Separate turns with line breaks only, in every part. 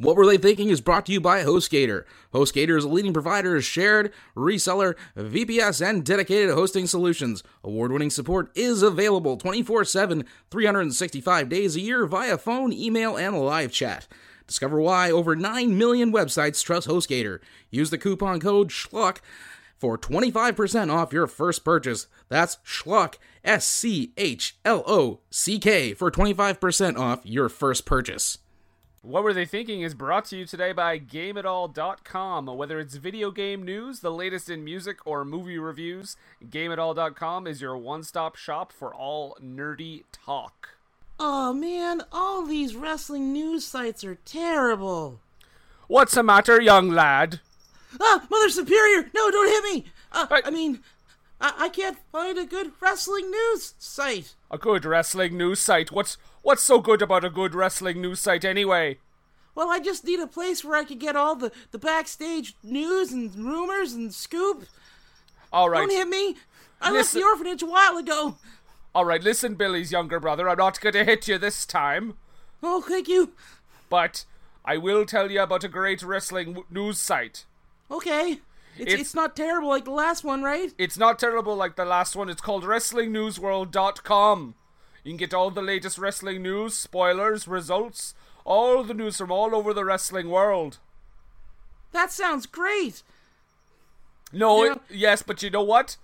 What Were They Thinking is brought to you by HostGator. HostGator is a leading provider of shared, reseller, VPS, and dedicated hosting solutions. Award winning support is available 24 7, 365 days a year via phone, email, and live chat. Discover why over 9 million websites trust HostGator. Use the coupon code SHLUCK for 25% off your first purchase. That's SHLUCK, S C H L O C K, for 25% off your first purchase.
What Were They Thinking is brought to you today by GameItAll.com. Whether it's video game news, the latest in music, or movie reviews, GameItAll.com is your one stop shop for all nerdy talk.
Oh man, all these wrestling news sites are terrible.
What's the matter, young lad?
Ah, Mother Superior! No, don't hit me! Uh,
Hey.
I mean, I-, I can't find a good wrestling news site.
A good wrestling news site. What's what's so good about a good wrestling news site anyway?
Well, I just need a place where I could get all the, the backstage news and rumors and scoop.
All right.
Don't hit me! I left
Listen-
the orphanage a while ago.
All right, listen, Billy's younger brother, I'm not going to hit you this time,
Oh, thank you.
but I will tell you about a great wrestling w- news site.
Okay. It's,
It's-
it's not terrible like the last one, right?
It's not terrible like the last one. It's called WrestlingNewsWorld.com. You can get all the latest wrestling news, spoilers, results, all the news from all over the wrestling world.
That sounds great.
No,
Yeah.
it- yes, but you know what?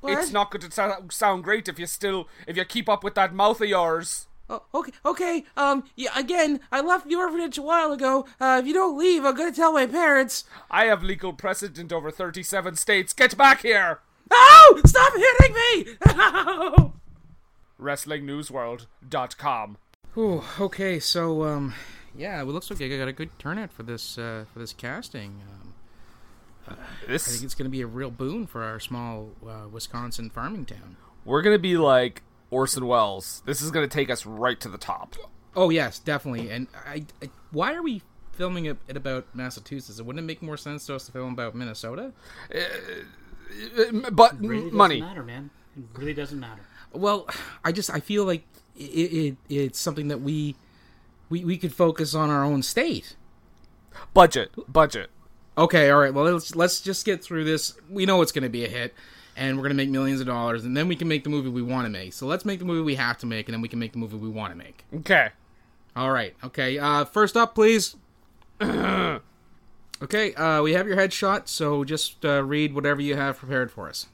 What?
It's not going to sou- sound great if you still if you keep up with that mouth of yours.
Oh, okay, okay. Um, yeah, again, I left the orphanage a while ago. Uh, if you don't leave, I'm gonna tell my parents.
I have legal precedent over 37 states. Get back here.
Ow! Oh, Stop hitting me! Ow!
WrestlingNewsWorld.com.
Ooh, okay, so um, yeah, well, it looks like I got a good turnout for this uh, for this casting. Um, I think
This
it's going to be a real boon for our small uh, Wisconsin farming town.
we're going to be like Orson Welles. This is going to take us right to the top.
Oh yes, definitely. And I, I why are we filming it, it about Massachusetts? Wouldn't it make more sense to us to film about Minnesota?
But
really doesn't
money.
matter, man. It really doesn't matter.
Well, I just I feel like it, it it's something that we we we could focus on our own state.
budget budget
Okay, all right. Well, let's let's just get through this. We know it's going to be a hit, and we're going to make millions of dollars, and then we can make the movie we want to make. So let's make the movie we have to make, and then we can make the movie we want to make.
okay
All right. Okay. Uh, first up, please. okay. Uh, we have your headshot, so just uh, read whatever you have prepared for us.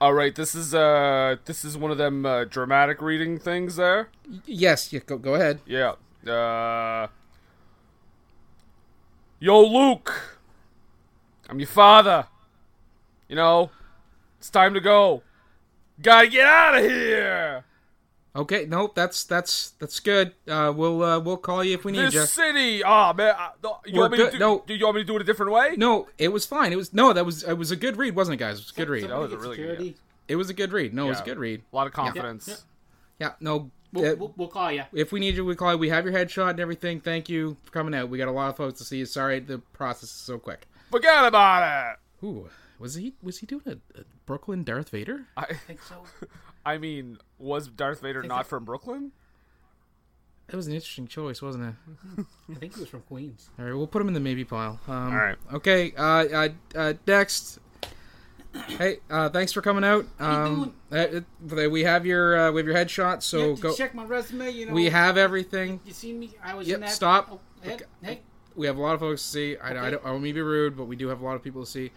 all right this is uh this is one of them uh, dramatic reading things there
Yes. Yeah, go go ahead.
yeah uh yo luke i'm your father you know it's time to go gotta get out of here
Okay. Nope. That's that's that's good. Uh, we'll uh, we'll call you if we need
this
you.
city ah man I, no, you
We're
want me to
good-
do,
no.
do you want me to do it a different way
No, it was fine. It was no. That was it was a good read, wasn't it, guys? It was a good read.
was
Somebody
a
get
really good
security.
idea.
It was a good read. No, it was a
Yeah.
good read.
a lot of confidence
Yeah.
Yeah, no.
We'll,
uh,
we'll, we'll call you.
if we need you, we call you. We have your headshot and everything. Thank you for coming out. We got a lot of folks to see you. Sorry, the process is so quick.
forget about it
Ooh, was he was he doing a, a Brooklyn Darth Vader?
I think so.
i mean was darth vader not from brooklyn
That was an interesting choice, wasn't it?
I think he was from Queens.
All right, we'll put him in the maybe pile. Um,
all right
Okay. Uh, uh, uh, next. Hey, uh, thanks for coming out. Um, uh, uh, we have your uh, we have your headshot.
You
So
have to
go.
check my resume. You know
We have everything.
You seen me? I was
Yep,
in that.
stop.
Oh, hey,
Okay.
hey,
we have a lot of folks to see. I, I
Okay.
don't, I don't mean to be rude, but we do have a lot of people to see.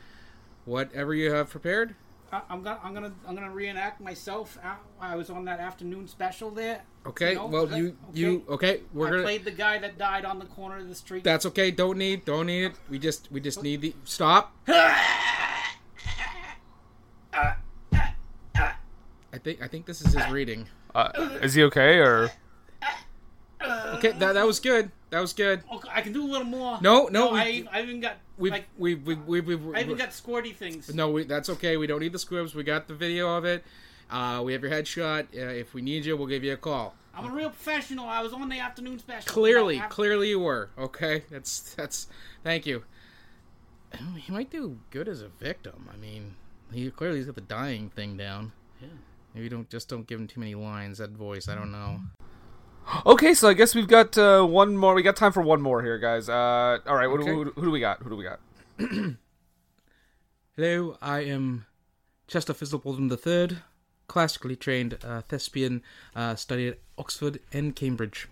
Whatever you have prepared,
I, I'm gonna I'm gonna I'm gonna reenact myself. I, I was on that afternoon special there.
Okay,
You know,
well
I-
you you okay? We're
I
gonna.
played the guy that died on the corner of the street.
That's okay. Don't need. Don't need it. We just we just need the stop. I think I think this is his reading.
Uh, Is he okay or?
Okay, that, that was good. That was good.
Okay, I can do a little more.
No, no, we-
I, I even got
We
like
we we we we. we
I even got squirty things.
no, we, that's okay. We don't need the squibs. We got the video of it. Uh, we have your headshot. Uh, if we need you, we'll give you a call.
I'm a real professional. I was on the afternoon special.
Clearly,
I- I-
clearly you were. Okay, that's that's. Thank you. He might do good as a victim. I mean, he clearly has got the dying thing down. Yeah. Maybe don't just don't give him too many lines. That voice, I don't know.
Okay, so I guess we've got uh, one more. We got time for one more here, guys. Uh, all right, what,
Okay.
who, who do we got? Who do we got?
Hello, I am Chester Fizzlebottom III, classically trained uh, thespian, uh, studied at Oxford and Cambridge.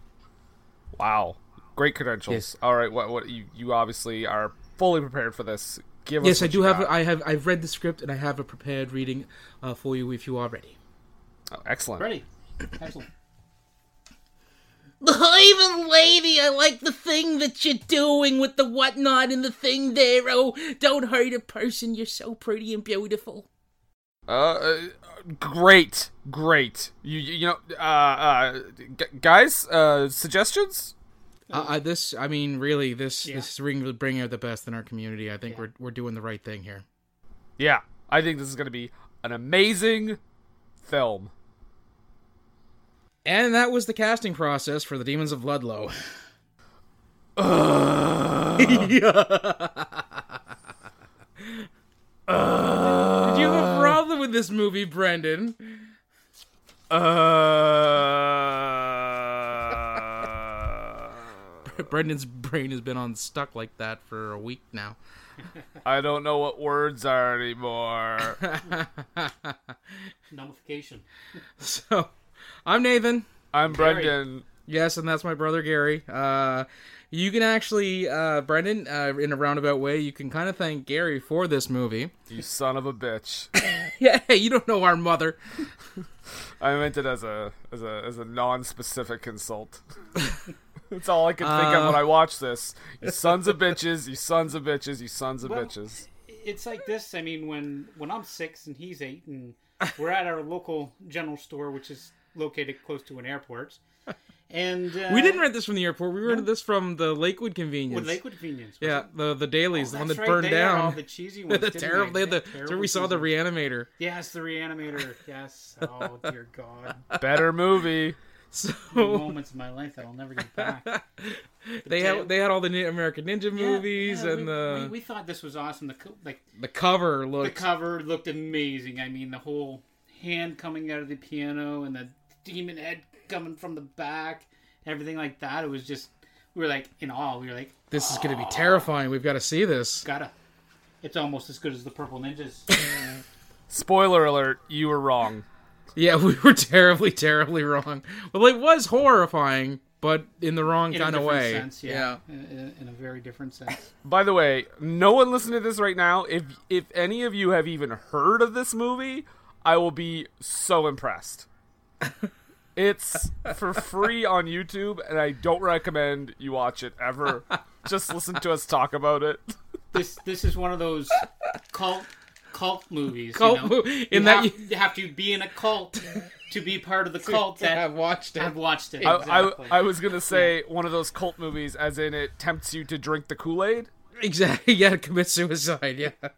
Wow, great credentials.
Yes.
All right, what what you, you obviously are fully prepared for this. Give us
Yes, I
what
do
you
have.
got.
I have. I've read the script, and I have a prepared reading uh, for you if you are ready.
Oh, excellent.
Ready. Excellent.
Even lady, I like the thing that you're doing with the whatnot and the thing there. Oh, don't hurt a person. You're so pretty and beautiful.
Uh, uh, great, great. You you, you know, uh, uh, g- guys, uh, suggestions.
Uh, uh, this, I mean, really, this
Yeah.
this ring will bring out the best in our community. I think
Yeah.
we're we're doing the right thing here.
Yeah, I think this is gonna be an amazing film.
And that was the casting process for the Demons of Ludlow. Did you have a problem with this movie, Brendan?
Uh,
Brendan's brain has been on stuck like that for a week now.
I don't know what words are anymore.
Nullification.
So, I'm Nathan.
I'm Brendan.
Yes, and that's my brother Gary. Uh, you can actually, uh, Brendan, uh, in a roundabout way, you can kind of thank Gary for this movie.
You son of a bitch.
Yeah, you don't know our mother.
I meant it as a as a as a non-specific insult. That's all I can think of when I watch this. You sons of bitches, you sons of bitches, you sons of
Well,
bitches.
It's like this. I mean, when when I'm six and he's eight, and we're at our local general store, which is located close to an airport, and uh,
We didn't rent this from the airport. We rented this from the Lakewood convenience.
with Lakewood Convenience. was
Yeah,
it?
the the dailies, the one
That's
that
right,
burned
they had
down.
All the cheesy ones.
the
didn't
terrible, they had the.
That
That's where
terrible
we saw the
cheesy-
reanimator.
Yes, the reanimator. Yes. Oh dear God.
Better movie.
So
Moments in my life that I'll never get back.
they
tail-
had they had all the Ni- American Ninja movies
Yeah, yeah,
and uh,
we,
the
we, we thought this was awesome. The co- like
the cover
the
looked.
cover looked amazing. I mean, the whole hand coming out of the piano and the demon head coming from the back, everything like that. It was just we were like in awe. We were like,
this is going to be terrifying. We've got to see this.
gotta. It's almost as good as the Purple Ninjas.
Spoiler alert, you were wrong.
Yeah, we were terribly, terribly wrong. Well, it was horrifying, but in the wrong
in a
kind of
different
way.
sense, yeah, In, in a very different sense.
By the way, no one listening to this right now, if if any of you have even heard of this movie, I will be so impressed. It's for free on YouTube and I don't recommend you watch it ever. Just listen to us talk about it.
this this is one of those cult cult movies.
Cult
you know?
mo- in
you
that
have,
you-
you have to be in a cult to be part of the cult
Yeah, I've
that
watched it.
I've watched it.
I,
exactly.
I, I was gonna say one of those cult movies, as in it tempts you to drink the Kool Aid.
Exactly. Yeah, commit suicide. Yeah.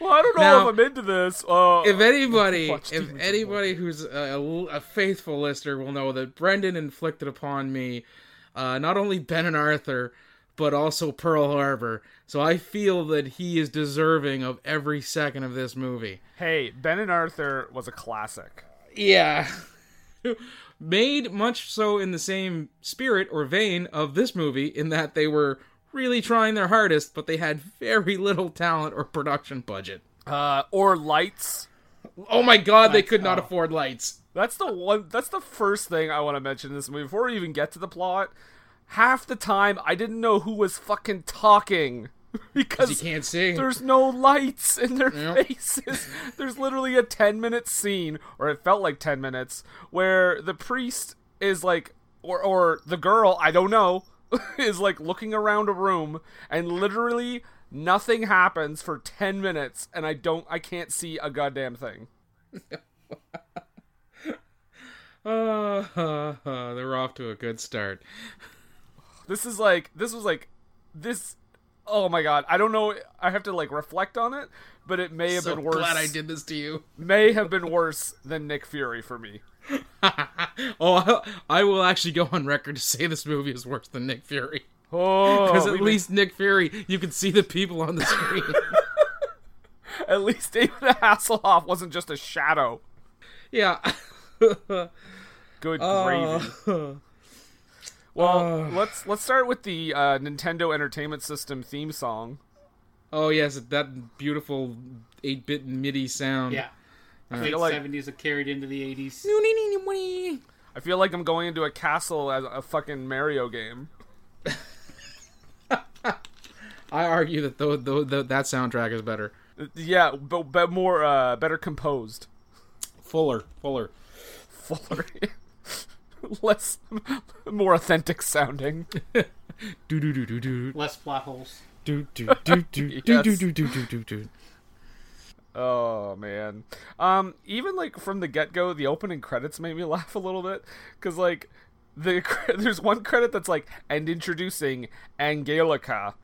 Well, I don't know
Now-
if I'm into this. Uh,
if anybody,
Watch
if
Demons of
anybody who's a, a faithful listener will know that Brendan inflicted upon me uh, not only Ben and Arthur, but also Pearl Harbor. So I feel that he is deserving of every second of this movie.
hey, Ben and Arthur was a classic.
Yeah. Made much so in the same spirit or vein of this movie, in that they were really trying their hardest, but they had very little talent or production budget.
Uh, or lights.
Oh my god, they could not afford lights.
That's the one. That's the first thing I want to mention in this movie before we even get to the plot. Half the time, I didn't know who was fucking talking. because
You can't see.
there's no lights in their
Yep.
faces. There's literally a 10 minute scene, or it felt like 10 minutes, where the priest is like, or, or the girl, I don't know, is like looking around a room, and literally nothing happens for 10 minutes, and I don't, I can't see a goddamn thing.
Uh, uh, uh, they're off to a good start.
This is like, this was like, this. Oh my god, I don't know. I have to like reflect on it, but it may have
So
been worse.
glad I did this to you.
May have been worse than Nick Fury for me.
Oh, I, I will actually go on record to say this movie is worse than Nick Fury.
Oh,
Because
we
at
may-
least Nick Fury, you can see the people on the screen.
At least David Hasselhoff wasn't just a shadow.
yeah.
Good
Oh,
gravy.
Uh,
Well, let's let's start with the uh, Nintendo Entertainment System theme song.
Oh yes, that beautiful eight-bit MIDI sound.
Yeah. Late
feel like-
70s are carried into the 80s.
I feel like I'm going into a castle as a fucking Mario game.
I argue that though that soundtrack is better.
Yeah, but, but more uh, better composed.
Fuller, fuller.
Fuller. Less more authentic sounding.
Do do do do do
Less plot holes.
do do do do do do do do do do.
Oh man. Um even like from the get-go the opening credits made me laugh a little bit cuz like the cre- there's one credit that's like and introducing Angelica.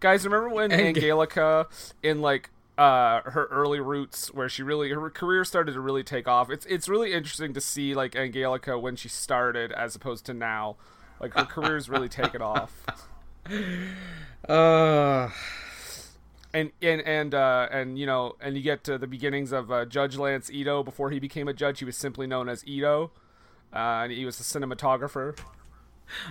Guys, remember when
Ang-
Angelica in like uh her early roots where she really her career started to really take off. It's it's really interesting to see like Angelica when she started as opposed to now. Like her career's really taken off.
Uh,
and and and uh, and you know, and you get to the beginnings of uh, Judge Lance Ito. Before he became a judge, he was simply known as Ito, uh, and he was a cinematographer.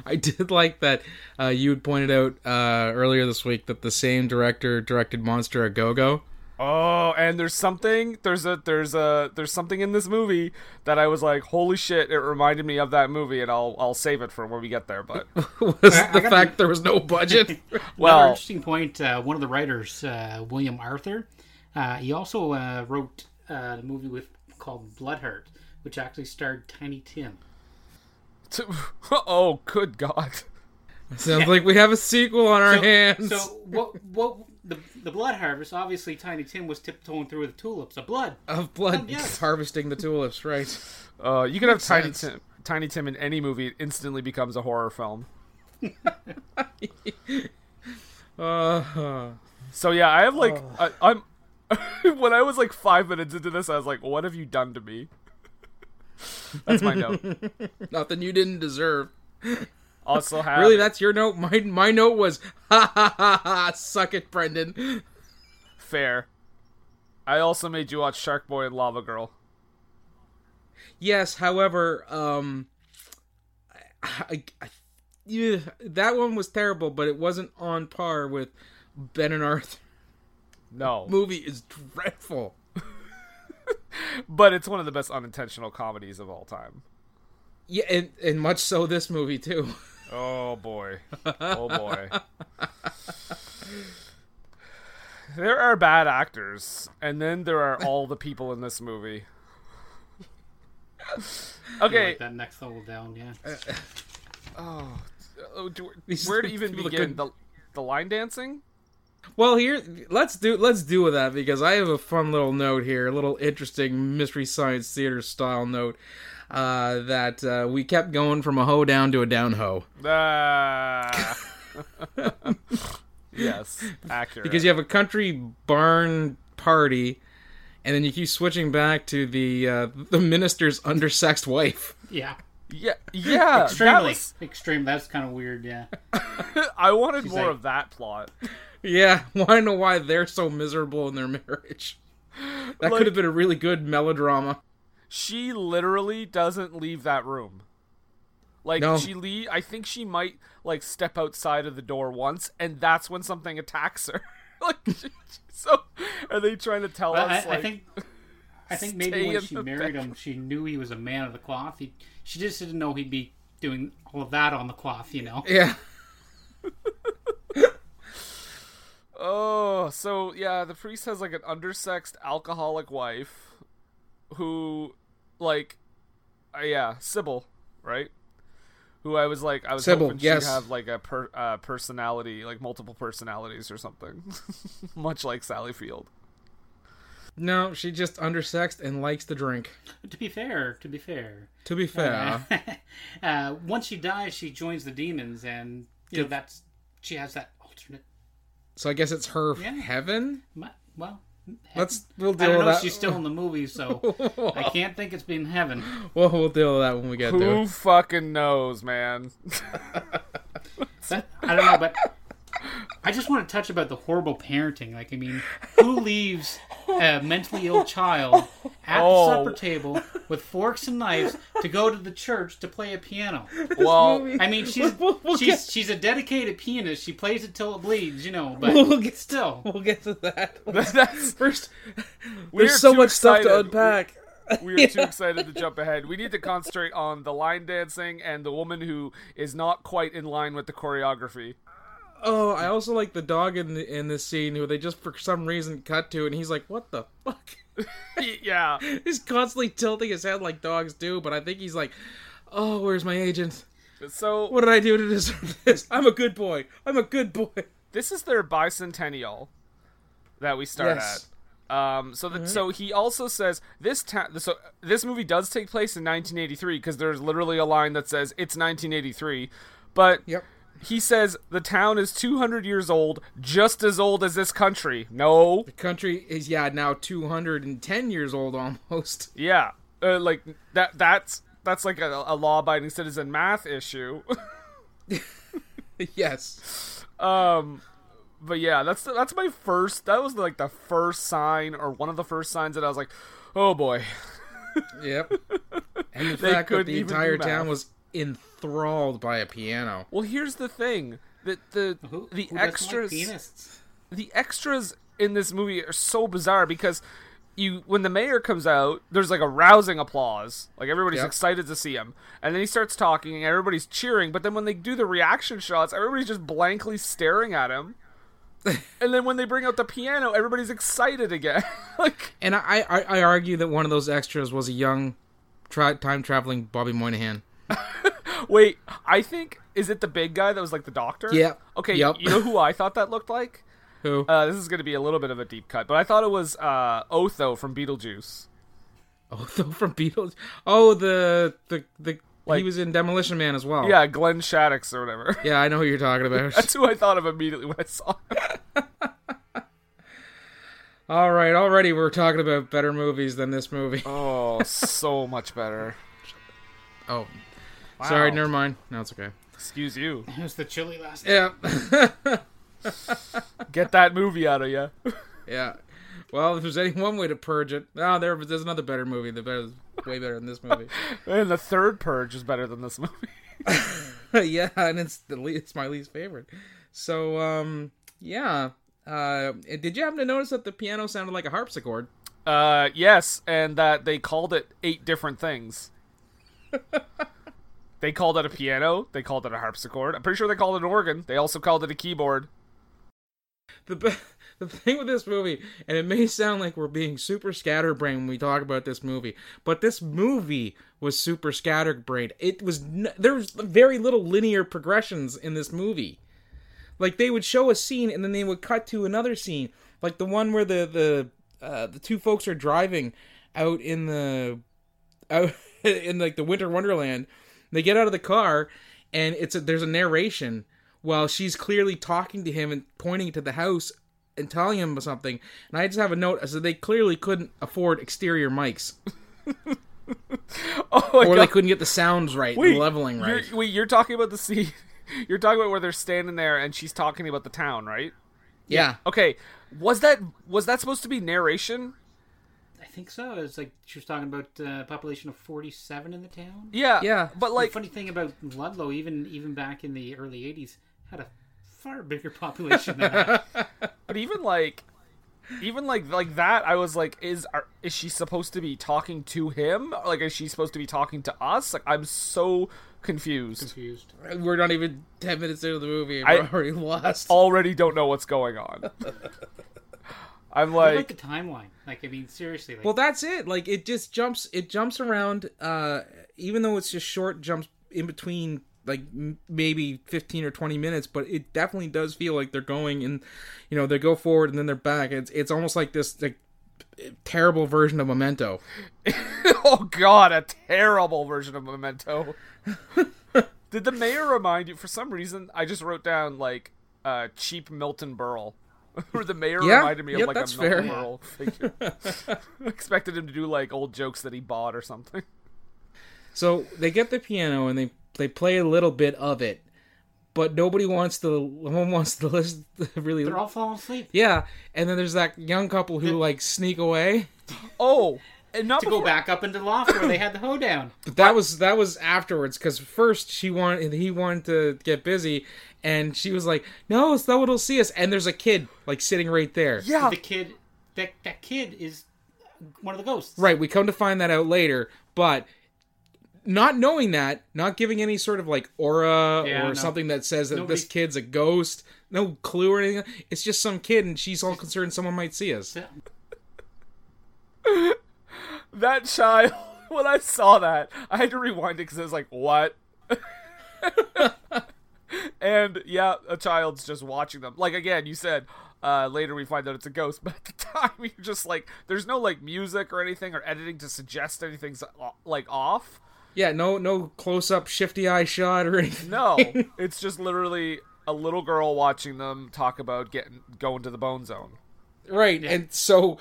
I did like that. Uh, you had pointed out uh, earlier this week that the same director directed Monster a Go Go.
Oh, and there's something, there's a, there's a, there's something in this movie that I was like, holy shit! It reminded me of that movie, and I'll, I'll save it for when we get there. But
Was
I
the
gotta-
fact there was no budget?
Another
well,
interesting point. Uh, one of the writers, uh, William Arthur, uh, he also uh, wrote uh, a movie with called Bloodheart, which actually starred Tiny Tim.
t- oh, good god!
Sounds like we have a sequel on our
So-
hands.
So what? What the the blood harvest? Obviously, Tiny Tim was tiptoeing through the tulips of blood.
of blood
oh, yes.
harvesting the tulips, right?
Uh, you could have Tiny
sense.
Tim, Tiny Tim in any movie, it instantly becomes a horror film.
Uh,
So yeah, I have like I, I'm when I was like five minutes into this, I was like, "What have you done to me?" That's my note.
nothing you didn't deserve.
Also, have
Really, that's your note. My my note was ha ha ha ha. Suck it, Brendan.
fair. I also made you watch Shark Boy and Lava Girl.
Yes, however, um, I, I, yeah, that one was terrible, but it wasn't on par with Ben and Arthur.
No,
Movie is dreadful.
but it's one of the best unintentional comedies of all time.
Yeah, and and much so this movie too.
Oh boy. Oh boy. there are bad actors, and then there are all the people in this movie. Okay,
Like that next level down, yeah.
uh, Oh, do,
These
where to even
people look
begin
good.
the the line dancing?
Well, here let's do let's do with that because I have a fun little note here, a little interesting mystery science theater style note uh, that uh, we kept going from a hoe down to a down hoe
Ah. yes, accurate.
because you have a country barn party, and then you keep switching back to the uh, the minister's undersexed wife.
Yeah,
yeah, yeah, that
extremely
was,
extreme. That's kind of weird. Yeah,
I wanted more
like-
of that plot.
Yeah, want to know why they're so miserable in their marriage? That
Like-
could have been a really good melodrama.
She literally doesn't leave that room. Like
No.
she leave, I think she might like step outside of the door once, and that's when something attacks her. like, she, so are they trying to tell
Well, I,
us? like,
I think I think
stay
maybe when
in
she
the
married him, she knew he was a man of the cloth. He, she just didn't know he'd be doing all of that on the cloth. You know,
Yeah.
Oh, so yeah, the priest has like an undersexed alcoholic wife who like uh, yeah, Sybil, right? Who I was like I was
Sybil,
hoping
yes.
she'd have like a per, uh, personality, like multiple personalities or something. Much like Sally Field.
No, she just undersexed and likes to drink.
To be fair, to be fair,
To be fair,
uh, once she dies, she joins the demons, and you know that's she has that alternate.
so I guess it's her heaven.
mi- Well,
Let's we'll
I
deal
don't
with
know if
that.
she's still in the movie, so I can't think it's been heaven.
Well, we'll deal with that when we get to
Who
it.
fucking knows, man?
That- I don't know, but I just want to touch about the horrible parenting. Like, I mean, who leaves a mentally ill child at
Oh.
the supper table with forks and knives to go to the church to play a piano?
well,
I mean, she's
We'll- we'll
she's
get-
she's a dedicated pianist. She plays it till it bleeds, you know. But
We'll get-
still,
We'll get to that.
that's
First,
we are
there's so
too
much stuff to
excited.
unpack.
We are too excited to jump ahead. We need to concentrate on the line dancing and the woman who is not quite in line with the choreography.
Oh, I also like the dog in the, in this scene who they just for some reason cut to, and he's like, "What the fuck."
Yeah.
He's constantly tilting his head like dogs do, but I think he's like, "Oh, where's my agent?
So
What did I do to deserve this? I'm a good boy. I'm a good boy."
this is their bicentennial that we start
Yes.
at. Um, so that so he also says this ta- so this movie does take place in 1983 because there's literally a line that says it's 1983, but
Yep.
he says the town is 200 years old, just as old as this country. No,
Country is yeah now 210 years old almost.
yeah, uh, like that that's that's like a, a law-abiding citizen math issue.
yes.
but yeah, that's that's my first. That was like the first sign or one of the first signs that I was like, oh boy.
Yep. And the
They
fact that
couldn't
the
even do
entire
math.
town was enthralled by a piano.
Well, here's the thing that the
who,
the
who doesn't like
extras
pianists?
the extras in this movie are so bizarre because you when the mayor comes out, there's like a rousing applause, like everybody's
Yep.
excited to see him, and then he starts talking, and everybody's cheering. But then when they do the reaction shots, everybody's just blankly staring at him. and then when they bring out the piano, everybody's excited again. like,
And I, I I argue that one of those extras was a young tra- time traveling Bobby Moynihan.
wait, I think is it the big guy that was like the doctor?
Yep.
Okay,
Yep.
you know who I thought that looked like?
Who?
Uh, this is going to be a little bit of a deep cut, but I thought it was uh, Otho from Beetlejuice.
oh, the, from Beatles. Oh, the the the he
Like-
was in Demolition Man as well.
Yeah, Glenn Shaddix or whatever.
Yeah, I know who you're talking about.
That's who I thought of immediately when I saw him.
All right, already we're talking about better movies than this movie. Oh,
Oh, so much better.
sorry, never mind. No, it's okay.
Excuse you.
It was the chili last.
Yeah,
Get that movie out of you.
yeah. Well, if there's any one way to purge it, oh, there, there's another better movie. The better, way better than this movie.
And the third Purge is better than this movie.
yeah, and it's the le- it's my least favorite. So, um, yeah. Uh, did you happen to notice that the piano sounded like a harpsichord?
Uh, yes, and that they called it eight different things. they called it a piano. They called it a harpsichord. I'm pretty sure they called it an organ. They also called it a keyboard.
the be- the thing with this movie, and it may sound like we're being super scatterbrained when we talk about this movie, but this movie was super scatterbrained. It was n- there was very little linear progressions in this movie. Like they would show a scene and then they would cut to another scene, like the one where the the uh, the two folks are driving out in the out in like the winter wonderland. They get out of the car and it's a, there's a narration while she's clearly talking to him and pointing to the house and telling him something. And I just have a note as they clearly couldn't afford exterior mics,
Oh my
or they
god.
couldn't get the sounds right,
Wait,
the leveling right.
You're, wait, you're talking about the scene. You're talking about where they're standing there and she's talking about the town, right?
Yeah.
Okay, was that was that supposed to be narration?
I think so. It's like she was talking about uh, population of forty-seven in the town.
Yeah,
Yeah.
But like,
the funny thing about Ludlow, even even back in the early '80s, had a far bigger population than that.
but even like, even like like that i was like is are, is she supposed to be talking to him like is she supposed to be talking to us like i'm so confused
Confused.
We're not even ten minutes into the movie. and
I-
We're already lost.
already don't know what's going on i'm
I like
like
the timeline. Like I mean, seriously. Like,
Well, that's it. Like it just jumps. It jumps around. Uh, even though it's just short jumps in between, like m- maybe fifteen or twenty minutes, but it definitely does feel like they're going and, you know, they go forward and then they're back. It's it's almost like this like terrible version of Memento.
oh god a terrible version of memento did the mayor remind you for some reason i just wrote down like uh cheap milton burl or the mayor
Yeah,
reminded me of
yeah,
like a
that's
milton
fair.
burl figure expected him to do like old jokes that he bought or something
So they get the piano and they they play a little bit of it, but nobody wants to. No one wants to listen. To really,
they're all falling asleep.
yeah. And then there's that young couple who like sneak away.
Oh, and not
To go
before-
back up into the loft where they had the hoedown.
But that was that was afterwards because first she wanted he wanted to get busy, and she was like, "No, it's not what'll see us." And there's a kid like sitting right there.
Yeah,
The kid, that that kid is one of the ghosts.
Right. We come to find that out later, but not knowing that, not giving any sort of like aura
Yeah,
or
no.
something that says that
Nobody-
this kid's a ghost, no clue or anything. It's just some kid, and she's all concerned someone might see us.
So-
that child. When I saw that, I had to rewind it because I was like, "What?" and yeah, a child's just watching them. Like again, you said uh, later we find out it's a ghost, but at the time you're just like, there's no like music or anything or editing to suggest anything's o- like off.
Yeah. No. No close up, shifty eye shot or anything.
No, it's just literally a little girl watching them talk about getting going to the bone zone.
right and so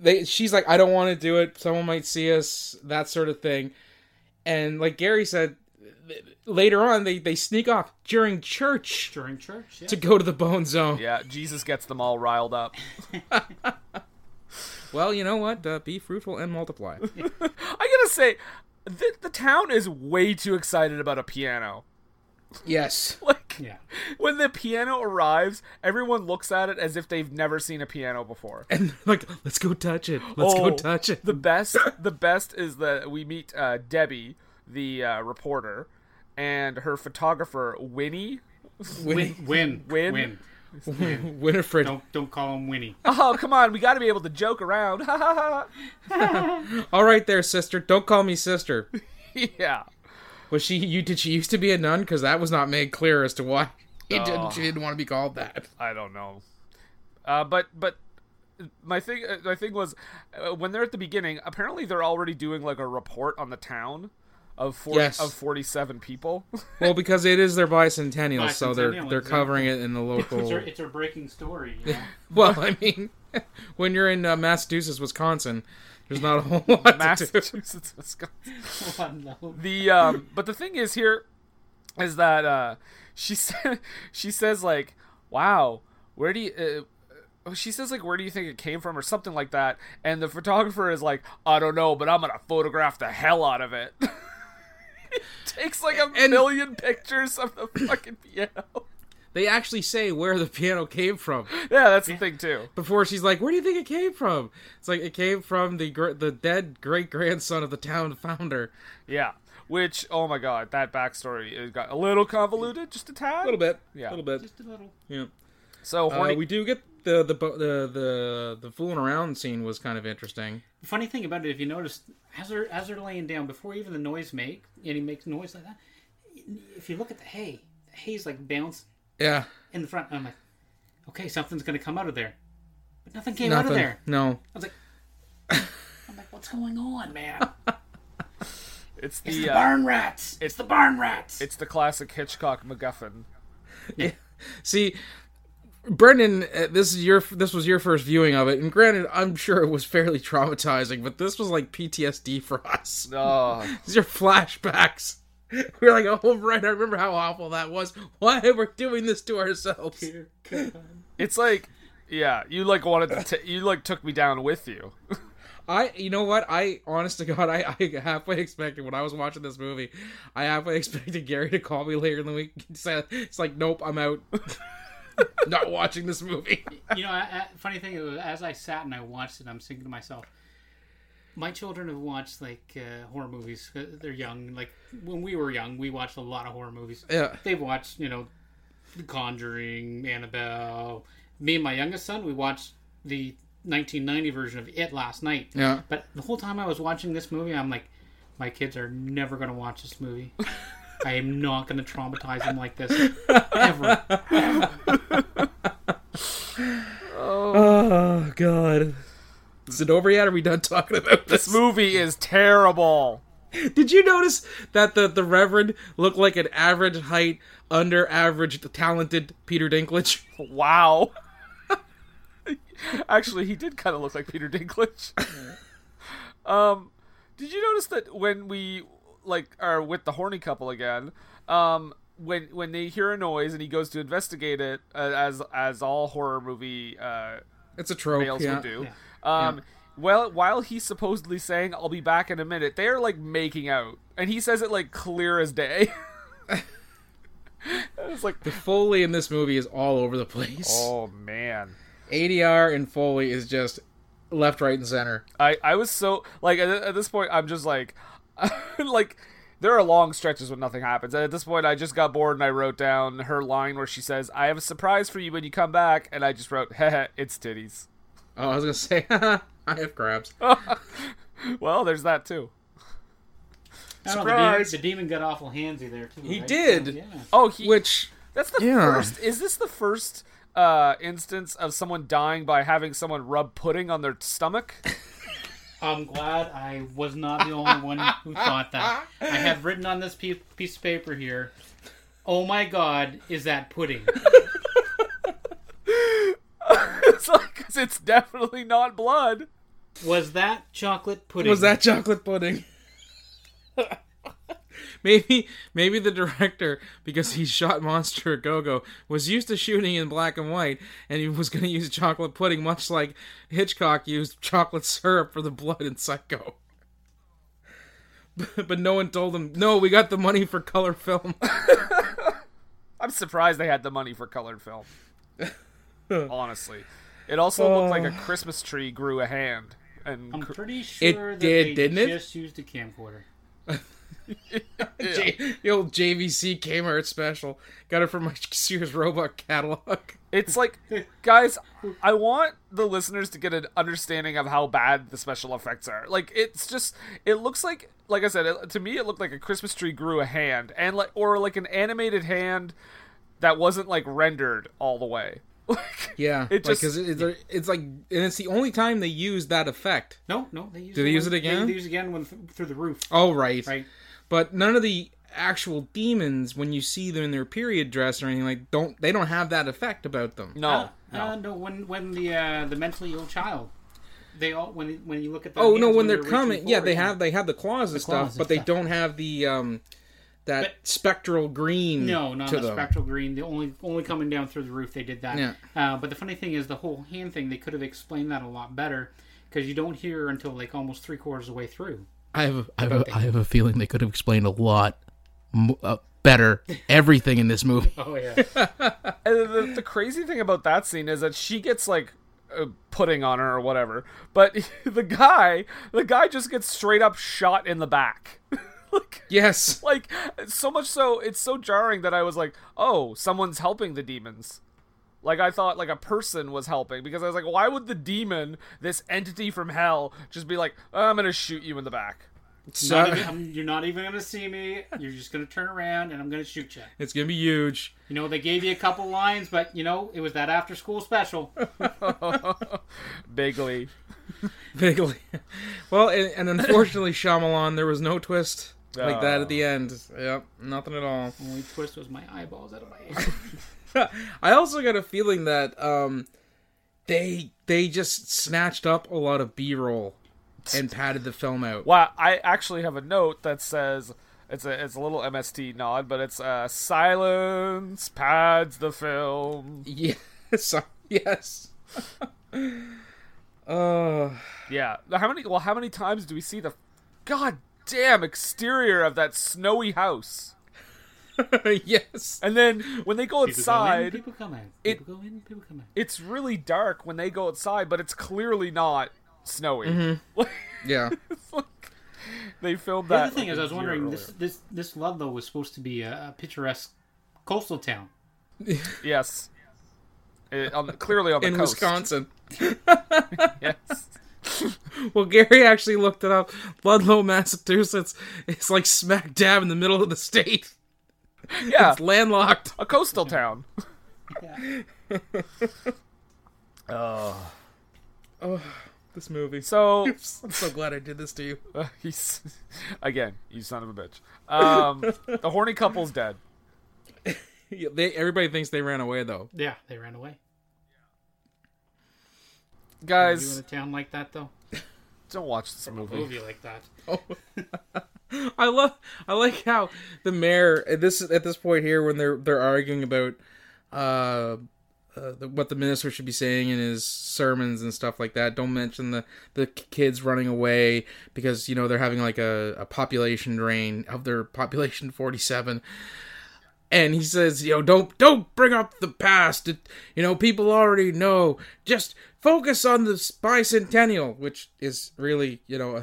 they she's like i don't want to do it someone might see us that sort of thing and like gary said th- later on they they sneak off during church
during church. Yeah.
to go to the bone zone
Yeah, Jesus gets them all riled up.
well you know what uh, be fruitful and multiply
I gotta say, the, the town is way too excited about a piano.
yes
Like,
Yeah.
when the piano arrives, everyone looks at it as if they've never seen a piano before.
and like let's go touch it let's
Oh,
go touch it
The best, the best is that we meet uh, Debbie, the uh, reporter, and her photographer Winnie.
Win-
Win.
Win?
Win.
winifred
Don't don't call him Winnie.
Oh, come on, we got to be able to joke around. Ha ha ha.
all right there sister don't call me sister
Yeah.
was she you did she used to be a nun because that was not made clear as to why he didn't, she didn't want to be called that
I don't know. Uh, but but my thing uh, my thing was uh, when they're at the beginning. Apparently, they're already doing like a report on the town of 40,
Yes.
of forty seven people.
Well, because it is their bicentennial, so they're
Bicentennial,
they're
exactly.
covering it in the
It's our,
local.
it's our breaking story. You know?
well, I mean, when you're in uh, Massachusetts, Wisconsin, there's not a whole lot to do.
Massachusetts, Wisconsin.
One low.
The um, but the thing is here is that uh, she said she says like, "Wow, where do you?" Uh, oh, she says like, "Where do you think it came from?" or something like that. And the photographer is like, "I don't know, but I'm gonna photograph the hell out of it." Takes like a
And-
million pictures of the fucking piano.
They actually say where the piano came from
Yeah, that's the thing too.
before she's like, "Where do you think it came from?" It's like it came from the gr- the dead great grandson of the town founder.
Yeah, which oh my god, that backstory it got a little convoluted, just a tad.
A little bit,
Yeah.
a little bit.
Just a little.
Yeah,
So
uh,
horny.
we do get the the bo- the the the fooling around scene was kind of interesting.
Funny thing about it, if you notice, as they're as they're laying down, before even the noise make, and he makes noise like that. If you look at the hay, the hay's like bouncing
Yeah,
in the front. And I'm like, okay, something's gonna come out of there, but nothing came out
nothing.
of there.
No,
I was like, I'm like, what's going on, man?
it's
It's
the
the
uh,
barn rats. It's the barn rats.
it's the classic Hitchcock MacGuffin.
See, Brendan, uh, this is your this was your first viewing of it, and granted, I'm sure it was fairly traumatizing, but this was like PTSD for us.
Oh,
These are flashbacks. We're like, oh right, I remember how awful that was. Why are we doing this to ourselves?
It's like, yeah, you like wanted to, t- you like took me down with you.
I, you know what? I, honest to God, I, I halfway expected when I was watching this movie, I halfway expected Gary to call me later in the week. and say- It's like, nope, I'm out. not watching this movie.
you know, I, I, funny thing, it was, as I sat and I watched it, I'm thinking to myself, my children have watched like uh, horror movies. Uh, They're young. Like when we were young, we watched a lot of horror movies.
Yeah.
They've watched, you know, The Conjuring, Annabelle. Me and my youngest son, we watched the 1990 version of It last night.
Yeah.
But the whole time I was watching this movie, I'm like, my kids are never going to watch this movie. I am not going to traumatize them like this ever.
Oh god. Is it over yet? Are we done talking about this?
This movie is terrible.
Did you notice that the, the Reverend looked like an average height, under average, talented Peter Dinklage?
Wow. Actually, he did kind of look like Peter Dinklage. um, did you notice that when we like are with the horny couple again, um, when when they hear a noise and he goes to investigate it, uh, as as all horror movie uh,
It's a trope.
males
yeah.
would do. Um, Well, while he's supposedly saying "I'll be back in a minute," they're like making out, and he says it like clear as day. it's like,
Foley in this movie is all over the place.
oh man.
ADR and Foley is just left, right, and center.
I, I was so like at, at this point I'm just like like there are long stretches when nothing happens and at this point I just got bored and I wrote down her line where she says I have a surprise for you when you come back and I just wrote hehe it's titties
Oh, I was gonna say, I have crabs.
well there's that too
I don't know,
Surprise.
The demon, the demon got awful handsy there too.
He
right?
did.
So, yeah.
oh he
Which
that's the
yeah.
first is this the first uh instance of someone dying by having someone rub pudding on their stomach
I'm glad I was not the only one who thought that. I have written on this pe- piece of paper here. Oh my God, is that pudding?
it's like 'cause it's definitely not blood
Was that chocolate pudding?
was that chocolate pudding? maybe, maybe the director, because he shot Monster Go Go, was used to shooting in black and white, and he was gonna use chocolate pudding, much like Hitchcock used chocolate syrup for the blood in Psycho. But, but no one told him. No, we got the money for color film.
I'm surprised they had the money for colored film. Honestly, it also looked like a Christmas tree grew a hand,
I'm
and cr-
pretty sure that
did,
they
didn't it?
just used a camcorder.
J- the old JVC Kmart special. Got it from my Sears Roebuck catalog.
it's like, guys, I want the listeners to get an understanding of how bad the special effects are. Like, it's just, it looks like, like I said, it, to me, it looked like a Christmas tree grew a hand, and like, or like an animated hand that wasn't like rendered all the way. Like,
Yeah,
It
it
just-
just because it, it- it's like, and it's the only time they use that effect.
No, no, they used.
Did they
it
use
when-
it again?
They used it again when through the roof.
Oh, right.
Right.
But none of the actual demons, when you see them in their period dress or anything like, don't they don't have that effect about them?
no, no.
Uh, no, when when the uh, the mentally ill child, they all when when you look at. Their
Oh
hands
no, when they're
reaching
coming, yeah,
forward,
they have they have the claws and stuff,
claws and
but they
stuff.
don't have the um that spectral green.
No, not
to
the
them.
spectral green. The only only coming down through the roof. They did that.
Yeah.
Uh, but the funny thing is, the whole hand thing. They could have explained that a lot better because you don't hear until like almost three quarters of the way through.
I have, a, I, have a, I have a feeling they could have explained a lot m- uh, better everything in this movie.
Oh yeah.
And the, the crazy thing about that scene is that she gets like uh, pudding on her or whatever, but the guy, the guy just gets straight up shot in the back. like,
Yes.
like so much so it's so jarring that I was like, oh, someone's helping the demons. Like I thought, like a person was helping because I was like, why would the demon, this entity from hell, just be like, "Oh, I'm gonna shoot you in the back?
So-
Not even- I'm- um, you're not even gonna see me. You're just gonna turn around and I'm gonna shoot you.
it's gonna be huge.
You know they gave you a couple lines, but you know it was that after school special.
Bigly.
Vaguely. Well, and, and unfortunately, Shyamalan, there was no twist like that at the end. Yep, nothing at all.
only twist was my eyeballs out of my
I also got a feeling that um, they they just snatched up a lot of B roll and padded the film out.
Wow, I actually have a note that says it's a it's a little MST nod, but it's uh, silence pads the film.
Yes, yes. uh,
Yeah, how many? Well, how many times do we see the goddamn exterior of that snowy house?
yes.
And then when they go
People go in,
outside,
people come out.
it-
People go in, people come out.
it's really dark when they go outside, but it's clearly not snowy.
Mm-hmm. Yeah.
They filmed
The
that.
other thing
like,
is, I
a
was
year
wondering
earlier.
this this this Ludlow was supposed to be a, a picturesque coastal town.
Yes. It, on, clearly on the
In
coast.
Wisconsin.
Yes.
Well, Gary actually looked it up. Ludlow, Massachusetts is like smack dab in the middle of the state.
Yeah.
It's landlocked.
a coastal town.
This movie.
So uh,
I'm so glad I did this to you.
he's again, you son of a bitch. Um, the horny couple's dead.
Yeah, they, everybody thinks they ran away though.
Yeah, they ran away. You in
Guys,
a town like that though?
don't watch this movie.
Movie like that.
Oh.
I love. I like how the mayor at this at this point here when they're they're arguing about uh, uh the, what the minister should be saying in his sermons and stuff like that. Don't mention the the k- kids running away because you know they're having like a, a population drain of their population forty seven. and he says, you know, don't don't bring up the past. It, you know, people already know. Just focus on the bicentennial, which is really, you know,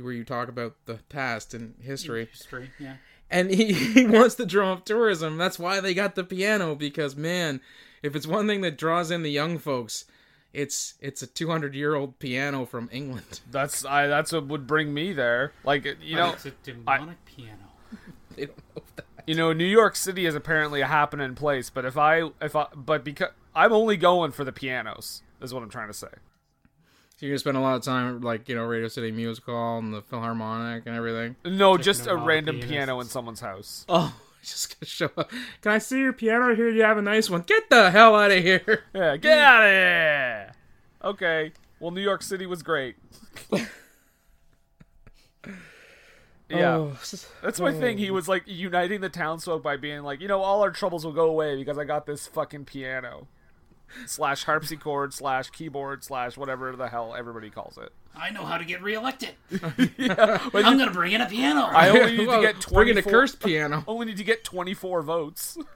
where you talk about the past and history.
History, yeah.
And he, he wants to draw up tourism. That's why they got the piano because man, if it's one thing that draws in the young folks, it's it's a 200-year-old piano from England.
That's I. That's what would bring me there. Like you
But
know,
it's a demonic piano.
They don't know that.
you know, New York City is apparently a happening place. But if I, if I, but because I'm only going for the pianos, is what I'm trying to say.
So you're gonna spend a lot of time at, like, you know, Radio City Music Hall and the Philharmonic and everything.
No, just a
about the
random
pianists.
piano in someone's house.
Oh, he's just gonna show up. Can I see your piano here? You have a nice one. Get the hell out of here.
Yeah, get out of here. Okay. Well, New York City was great. yeah.
Oh, s-
That's my thing. He was like uniting the townsfolk by being like, you know, all our troubles will go away because I got this fucking piano. Slash harpsichord, slash keyboard, slash whatever the hell everybody calls it.
I know how to get reelected. I'm gonna bring in a piano.
I only need
Well,
to get
we're gonna
24
curse piano.
Only need to get 24 votes.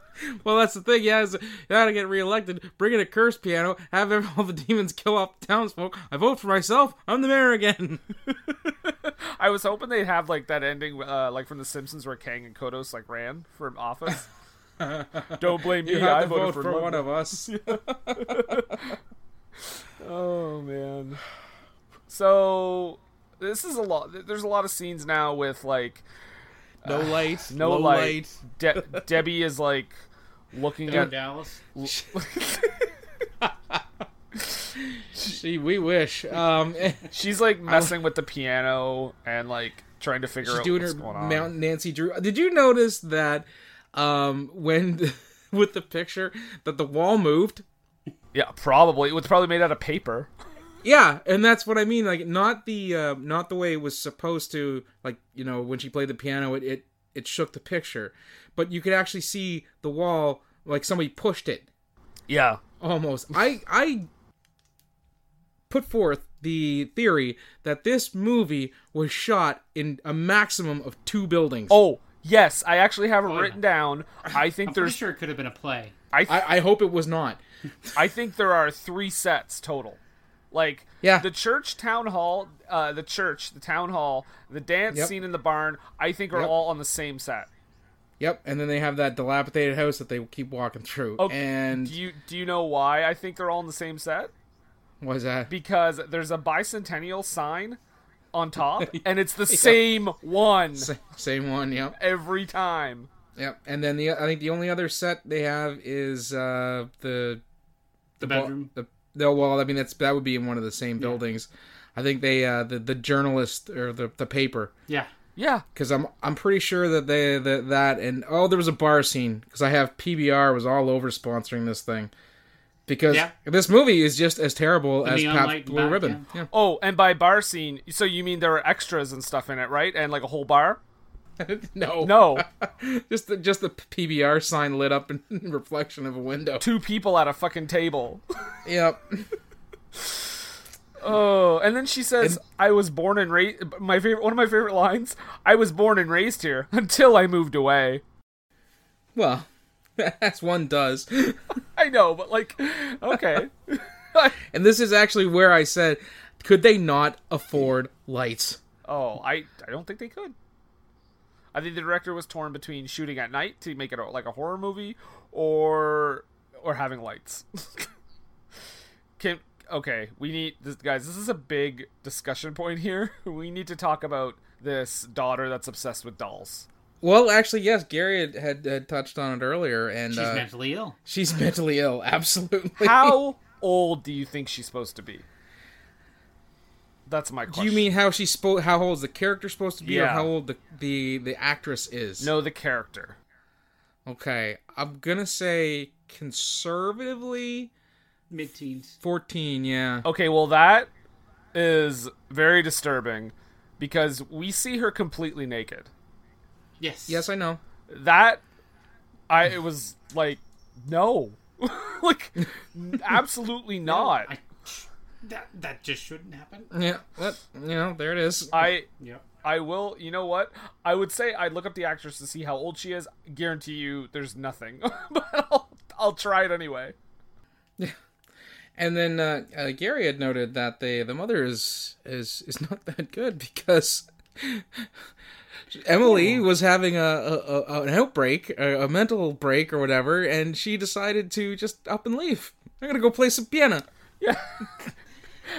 Well, that's the thing. Yeah, is you gotta get reelected. Bring in a curse piano. Have ev- all the demons kill off the townsfolk. I vote for myself. I'm the mayor again.
I was hoping they'd have like that ending, uh, like from The Simpsons, where Kang and Kodos like ran for office. Don't blame me.
You
I
have to
voted
vote for,
Ludwig.
one of us.
Oh man. So this is a lot. th- There's a lot of scenes now with like
No light.
no light. De- Debbie is like looking
in
at.
Dallas.
See, we wish. Um,
She's like messing with the piano and like trying to figure
She's
out
doing
what's
her
going on.
Mount Nancy Drew. Did you notice that um, when with the picture that the wall moved?
Yeah, probably. It was probably made out of paper.
Yeah, and that's what I mean. Like not the uh, not the way it was supposed to. Like you know when she played the piano, it it, it shook the picture, but you could actually see the wall like somebody pushed it
Yeah.
almost. I I put forth the theory that this movie was shot in a maximum of two buildings.
Oh yes, I actually have it written down. I think
Pretty
there's.
sure it could have been a play.
I, th-
I, I hope it was not.
I think there are three sets total. Like
Yeah.
the church town hall, uh, the church, the town hall, the dance
Yep.
scene in the barn. I think are
Yep.
all on the same set.
Yep, and then they have that dilapidated house that they keep walking through.
Okay.
And
Do you do you know why I think they're all in the same set?
what is that?
Because there's a bicentennial sign on top, and it's the same one
Same one, yep.
every time.
Yep. And then the I think the only other set they have is uh the
The
well,
bedroom.
the no, well, I mean that's that would be in one of the same buildings. I think they uh the, the journalist or the the paper
Yeah.
Yeah,
cuz I'm I'm pretty sure that they that, that and oh there was a bar scene cuz I have PBR was all over sponsoring this thing. Because
Yeah.
this movie is just as terrible as
neon
Pabst
light
Blue
back,
Ribbon. Yeah.
Oh, and by bar scene, so you mean there are extras and stuff in it, right? And like a whole bar?
No.
No,
just the just the PBR sign lit up in reflection of a window.
two people at a fucking table.
Yep.
Oh, and then she says, "I was born and raised." My favorite, one of my favorite lines: "I was born and raised here until I moved away."
Well, as one does.
I know, but like, okay.
And this is actually where I said, could they not afford lights?
Oh, I I don't think they could. I think the director was torn between shooting at night to make it a, like a horror movie, or or having lights. Can okay, we need this guys. This is a big discussion point here. We need to talk about this daughter that's obsessed with dolls.
Well, actually, yes. Gary had, had, had touched on it earlier, and
She's
uh,
mentally ill.
she's mentally ill. Absolutely.
How old do you think she's supposed to be? That's my
Do
question.
you mean how she's spo- how old is the character supposed to be, or
Yeah.
how old the, the the actress is?
no the character?
Okay, I'm gonna say conservatively
Mid teens.
14. Yeah.
Okay, well that is very disturbing because we see her completely naked.
Yes.
Yes, I know.
That I it was like no. like n- absolutely not.
I, that that just shouldn't happen.
Yeah. That, you know, there it is.
I
Yep.
I will, you know what? I would say I'd look up the actress to see how old she is. Guarantee you there's nothing. but I'll I'll try it anyway.
And then uh, uh, Gary had noted that the the mother is is is not that good because Emily was having a, a, a an outbreak, a, a mental break or whatever, and she decided to just up and leave. I'm gonna go play some piano.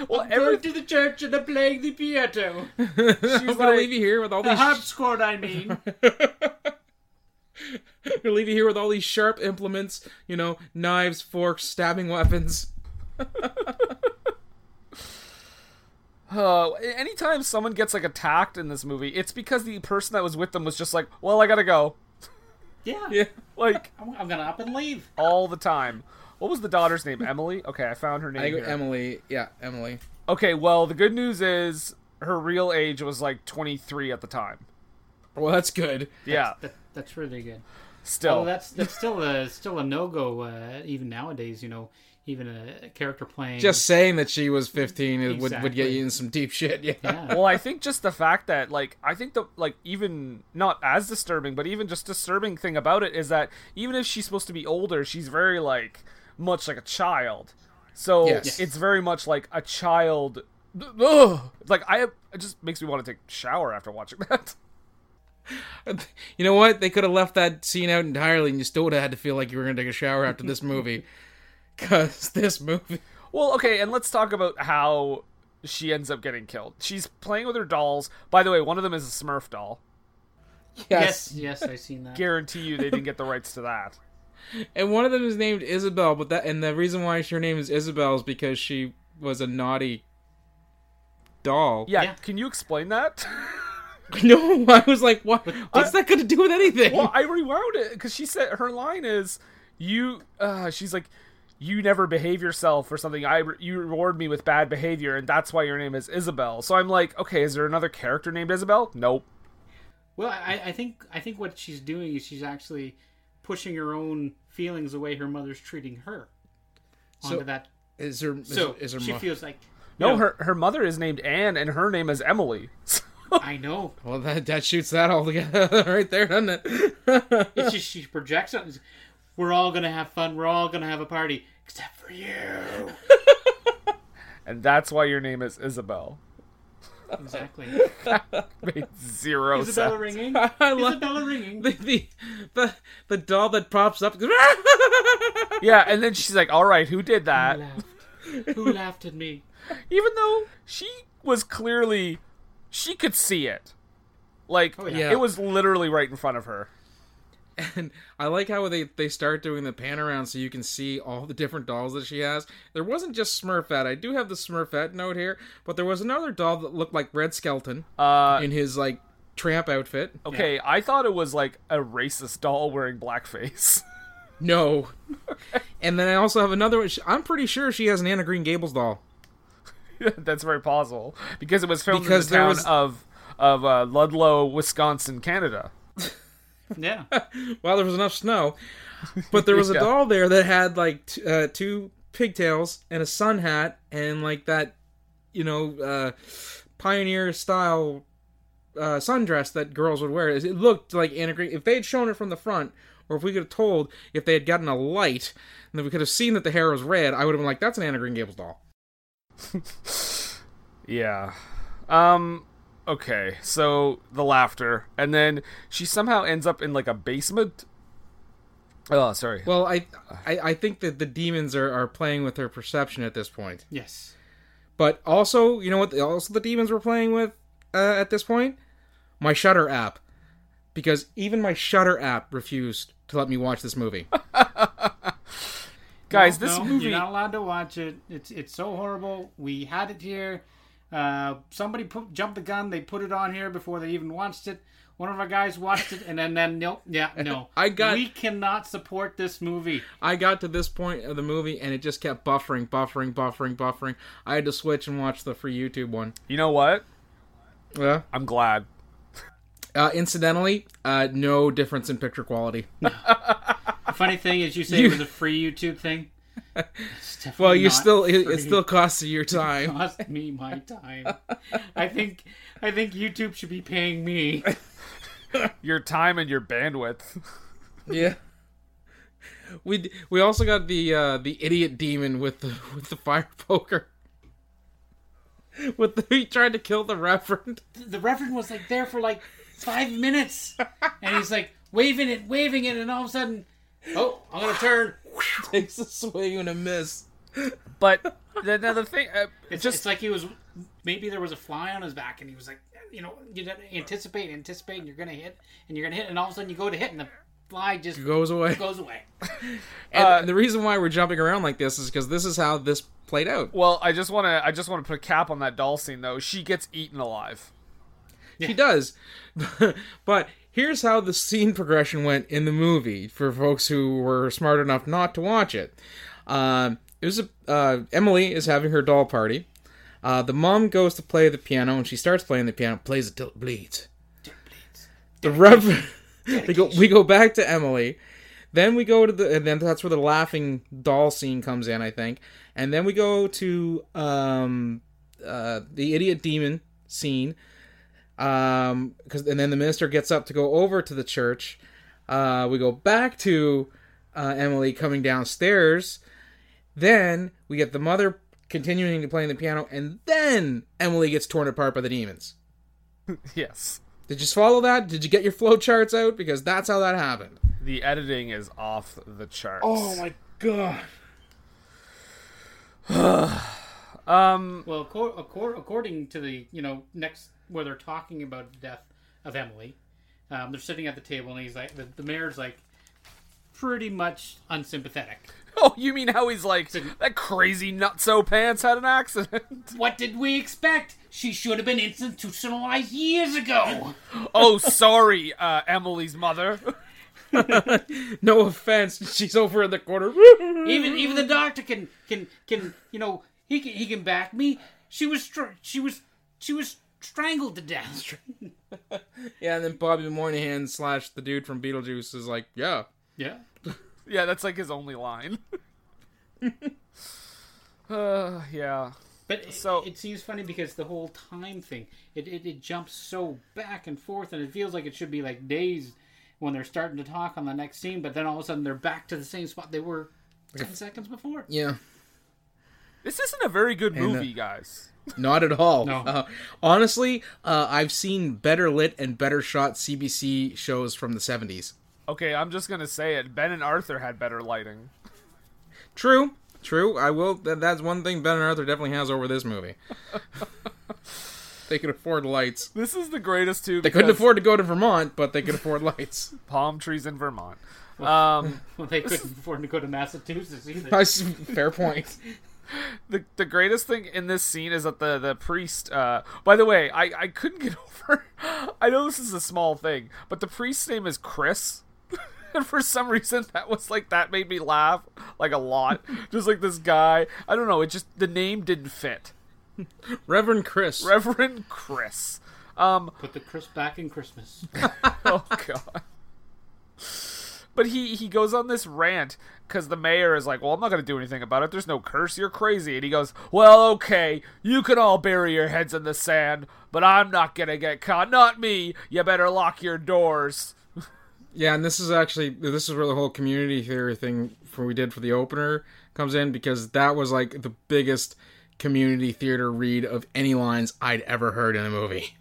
Well,
Go
every,
to the church and I'm playing the piano.
I'm
she's
gonna
like,
leave you here with all
The
these.
harpsichord, I mean.
I'm gonna leave you here with all these sharp implements. You know, knives, forks, stabbing weapons.
Uh, anytime someone gets like attacked in this movie, it's because the person that was with them was just like, "Well, I gotta go,"
Yeah.
Yeah.
like
I'm, I'm gonna up and leave.
all the time. What was the daughter's name? Emily. Okay, I found her name.
I think
here.
Emily. Yeah, Emily.
Okay, well, the good news is her real age was like 23 at the time.
Well, that's oh, good.
Yeah,
That, that's really good.
still.
Well, that's that's still a still a no go uh, even nowadays. You know, even a character playing
Just saying that she was 15 is would, would get
Exactly.
you in some deep shit. Yeah.
yeah.
well, I think just the fact that like I think the like even not as disturbing, but even just disturbing thing about it is that even if she's supposed to be older, she's very like much like a child. So
Yes.
it's very much like a child. Ugh. Like I, it just makes me want to take a shower after watching that.
You know what? They could have left that scene out entirely, and you still would have had to feel like you were going to take a shower after this movie. Because this movie.
Well, okay, and let's talk about how she ends up getting killed. She's playing with her dolls. By the way, one of them is a Smurf doll.
yes, yes, I've seen that.
Guarantee you they didn't get the rights to that.
And one of them is named Isabel, but that and the reason why her name is Isabel is because she was a naughty doll.
Yeah,
Yeah.
can you explain that?
No, I was like, what? What's that got to do with anything?
well, I rewound it because she said her line is, "You," uh, she's like, "You never behave yourself" or something. I re- you reward me with bad behavior, and that's why your name is Isabel. So I'm like, okay, is there another character named Isabel? Nope.
Well, I, I think I think what she's doing is she's actually pushing her own feelings the way her mother's treating her onto
So-
that.
Is her is,
So
is her
she
mo-
feels like
No,
you know,
her her mother is named Anne, and her name is Emily.
I know.
Well, that that shoots that all together right there, doesn't it?
It's just she projects it. and says, We're all gonna have fun. We're all gonna have a party, except for you.
and that's why your name is Isabel.
Exactly.
Made zero
Isabella
sense.
ringing.
I love
Isabella ringing.
the, the the the doll that props up.
Yeah, and then she's like, "All right, who did that?"
Who laughed at me?
Even though she was clearly, she could see it. Like
Oh, yeah.
it was literally right in front of her.
And I like how they, they start doing the pan around so you can see all the different dolls that she has. There wasn't just Smurfette. I do have the Smurfette note here, but there was another doll that looked like Red Skeleton
Uh,
in his like tramp outfit.
Okay, I thought it was like a racist doll wearing blackface.
No. and then I also have another one. She- I'm pretty sure she has an Anna Green Gables doll.
That's very possible because it was filmed
Because
in the
there
town
was-
of of uh, Ludlow, Wisconsin, Canada.
Yeah.
Well, there was enough snow, but there was a
Yeah.
doll there that had like t- uh, two pigtails and a sun hat and like that, you know, uh, pioneer style uh, sundress that girls would wear. It looked like Anna Green. If they had shown it from the front Or if we could have told if they had gotten a light and then we could have seen that the hair was red, I would have been like, that's an Anna Green Gables doll.
Yeah. Um okay. So the laughter and then she somehow ends up in like a basement. Oh, sorry.
Well, I, I, I think that the demons are, are playing with her perception at this point.
Yes.
But also, you know what? Also, the demons were playing with uh, at this point my Shutter app, because even my Shutter app refused to let me watch this movie.
Guys,
No,
this
no,
movie
You're not allowed to watch it. It's it's so horrible. We had it here. Uh, somebody put, jumped the gun. They put it on here before they even watched it. One of our guys watched it, and then then nope, yeah, no.
I got-
We cannot support this movie.
I got to this point of the movie and it just kept buffering, buffering, buffering, buffering. I had to switch and watch the free YouTube one.
You know what?
Yeah.
I'm glad.
Uh, incidentally, uh, no difference in picture quality.
The funny thing is, you say it was a free YouTube thing. It's definitely
Well, you
not
still it,
free.
it still costs you your time.
cost me my time. I think I think YouTube should be paying me.
Your time and your bandwidth.
Yeah. We d- we also got the uh, the idiot demon with the with the fire poker. With the, he tried to kill the reverend.
the reverend was like there for like five minutes, and he's like waving it, waving it, and all of a sudden, oh, I'm gonna turn.
Takes a swing and a miss.
But the, now the thing uh,
It's
just
just like he was. Maybe there was a fly on his back, and he was like, you know, you gotta anticipate, anticipate, and you're gonna hit, and you're gonna hit, and all of a sudden you go to hit, and the fly just
Goes away.
goes away.
And
uh,
the reason why we're jumping around like this is because this is how this played out.
well, I just want to I just want to put a cap on that doll scene though. She gets eaten alive.
She does. but here's how the scene progression went in the movie for folks who were smart enough not to watch it. Um, it was a, uh, Emily is having her doll party. Uh, the mom goes to play the piano, and she starts playing the piano, plays it till it bleeds. The reverend. they go. We go back to Emily. Then we go to the, and then that's where the laughing doll scene comes in, I think. And then we go to um, uh, the idiot demon scene, um, cause, and then the minister gets up to go over to the church. Uh, we go back to uh, Emily coming downstairs. Then we get the mother continuing to playing the piano, and then Emily gets torn apart by the demons.
Yes.
Did you follow that? Did you get your flow charts out? Because that's how that happened.
The editing is off the charts.
Oh
Oh
my god.
Well, accor- accor- according to the you know next where they're talking about the death of Emily, um, they're sitting at the table and he's like the, the mayor's like pretty much unsympathetic.
Oh, you mean how he's like that crazy nutso pants had an accident?
What did we expect? She should have been institutionalized years ago.
oh, sorry, uh, Emily's mother.
No offense, she's over in the corner.
even even the doctor can can can you know he can he can back me. She was str- she was she was strangled to death.
yeah, and then Bobby Moynihan slash the dude from Beetlejuice is like, yeah,
Yeah.
yeah, that's like his only line. uh, yeah.
But it,
So-
it seems funny because the whole time thing, it, it, it jumps so back and forth, and it feels like it should be like days when they're starting to talk on the next scene, but then all of a sudden they're back to the same spot they were 10 seconds before.
yeah.
This isn't a very good
uh,
movie, guys.
Not at all.
No.
Uh, honestly, uh, I've seen better lit and better shot CBC shows from the 70s.
Okay, I'm just gonna say it. Ben and Arthur had better lighting.
True. True. I will. That, that's one thing Ben and Arthur definitely has over this movie. they could afford lights.
This is the greatest too.
They couldn't afford to go to Vermont, but they could afford lights.
palm trees in Vermont. Um,
Well, they couldn't afford to go to Massachusetts either.
I s- Fair point.
the the greatest thing in this scene is that the the priest. Uh, by the way, I I couldn't get over. I know this is a small thing, but the priest's name is Chris. And for some reason, that was like that made me laugh like a lot. Just like this guy, I don't know. It just the name didn't fit.
Reverend Chris.
Reverend Chris. Um,
Put the Chris back in Christmas.
oh god. But he he goes on this rant because the mayor is like, "Well, I'm not gonna do anything about it. There's no curse. You're crazy." And he goes, "Well, okay, you can all bury your heads in the sand, but I'm not gonna get caught. Not me. You better lock your doors."
Yeah, and this is actually this is where the whole community theory thing for we did for the opener comes in because that was like the biggest community theater read of any lines I'd ever heard in a movie.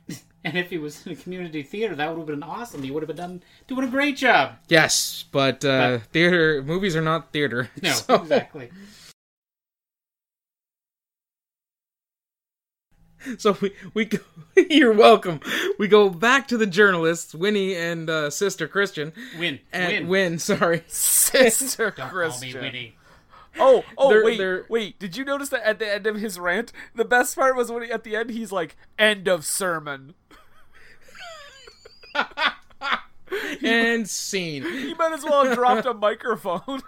And if he was in a community theater, that would have been awesome. He would have been done doing a great job.
Yes, but uh, theater movies are not theater.
No,
so-
exactly.
So we we go, you're welcome. We go back to the journalists, Winnie and uh, Sister Christian.
Win,
And
win.
Win, sorry.
Sister
Don't
Christian.
call me Winnie.
Oh, oh,
They're-
wait,
they're-
wait. Did you notice that at the end of his rant, the best part was when he, at the end he's like, "End of sermon."
And scene.
He might as well have dropped a microphone.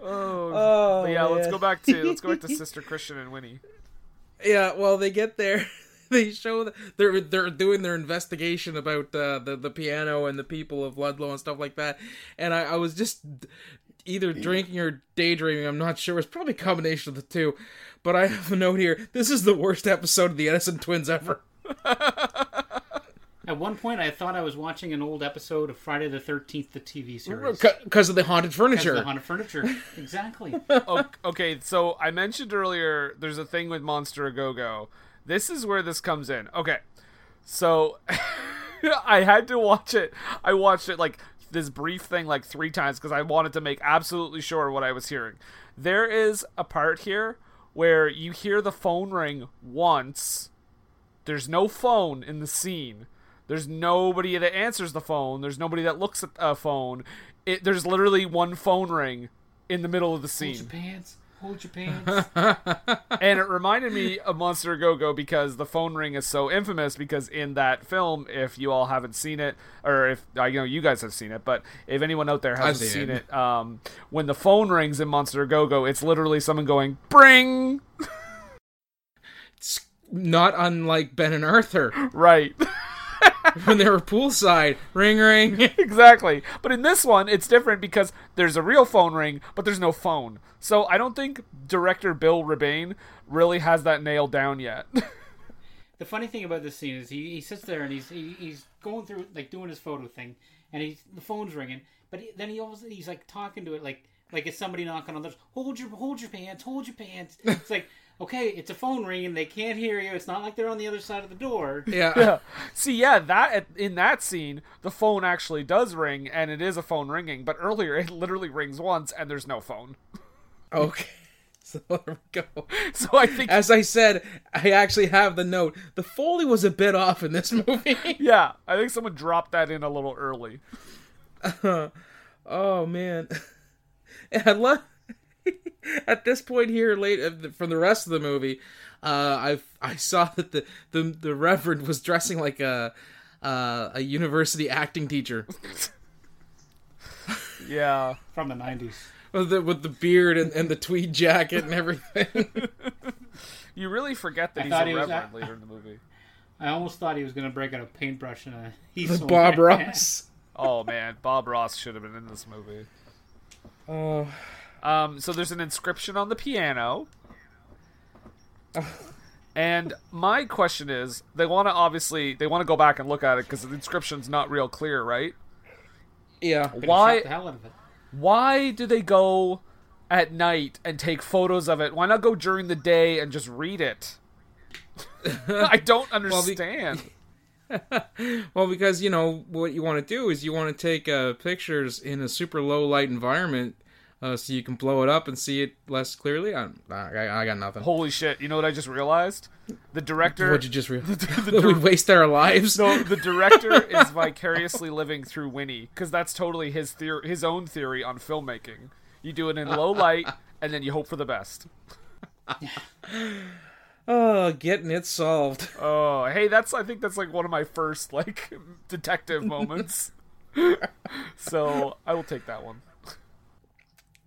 oh, but yeah. Let's go back to let's go back to Sister Christian and Winnie.
Yeah, well they get there. They show that they're they're doing their investigation about uh, the the piano and the people of Ludlow and stuff like that. And I, I was just either drinking or daydreaming. I'm not sure. It's probably a combination of the two. But I have a note here. This is the worst episode of the Edison Twins ever.
At one point, I thought I was watching an old episode of Friday the Thirteenth, the TV series.
Because of the haunted
That's
furniture.
the haunted furniture. Exactly.
Oh, okay, so I mentioned earlier there's a thing with Monster A Go Go. This is where this comes in. Okay, so I had to watch it. I watched it like this brief thing like three times because I wanted to make absolutely sure what I was hearing. There is a part here where you hear the phone ring once. There's no phone in the scene. There's nobody that answers the phone. There's nobody that looks at a phone. It, there's literally one phone ring in the middle of the
Hold your
scene.
pants. Hold your pants.
and it reminded me of Monster Go Go because the phone ring is so infamous. Because in that film, if you all haven't seen it, or if I know you guys have seen it, but if anyone out there hasn't
seen
seen
it.
it, um, when the phone rings in Monster Go Go, it's literally someone going "Bring!"
It's not unlike Ben and Arthur
Right,
when they were poolside. Ring, ring.
exactly. But in this one, it's different because there's a real phone ring, but there's no phone. So I don't think director Bill Rabane really has that nailed down yet.
the funny thing about this scene is he, he sits there and he's he, he's going through like doing his photo thing, and he's the phone's ringing, but he, then he always he's like talking to it like like it's somebody knocking on the door. Hold your hold your pants. Hold your pants. It's like okay, it's a phone ringing. They can't hear you. It's not like they're on the other side of the door.
Yeah.
See, yeah, that in that scene, the phone actually does ring, and it is a phone ringing. But earlier, it literally rings once, and there's no phone.
Okay. So there we go.
So I think,
As I said, I actually have the note. The Foley was a bit off in this movie.
yeah, I think someone dropped that in a little early.
oh, man. And I love. At this point here, late uh, from the rest of the movie, uh, I I saw that the, the the Reverend was dressing like a uh, a university acting teacher.
Yeah,
From the nineties.
with the, with the beard and, and the tweed jacket and everything.
you really forget that
I
he's a
thought he was-
reverend later in the movie.
I almost thought he was gonna break out a paintbrush and a he's
the Bob Ross.
Oh man, Bob Ross should have been in this movie.
Oh,
Um, so there's an inscription on the piano. And my question is, they want to obviously they want to go back and look at it because the inscription's not real clear, right?
yeah.
Why
the hell out of it.
why do they go at night and take photos of it? Why not go during the day and just read it? I don't
be-
understand.
Well, because you know what you want to do is you want to take uh, pictures in a super low light environment, uh, so you can blow it up and see it less clearly. I I, I got nothing.
Holy shit! You know what I just realized? The director.
What'd you just real?
the
that we waste our lives.
No, the director is vicariously living through Winnie because that's totally his theory, his own theory on filmmaking. You do it in low light, and then you hope for the best.
Oh, getting it solved.
Oh, hey, that's I think that's like one of my first like detective moments. so I will take that one.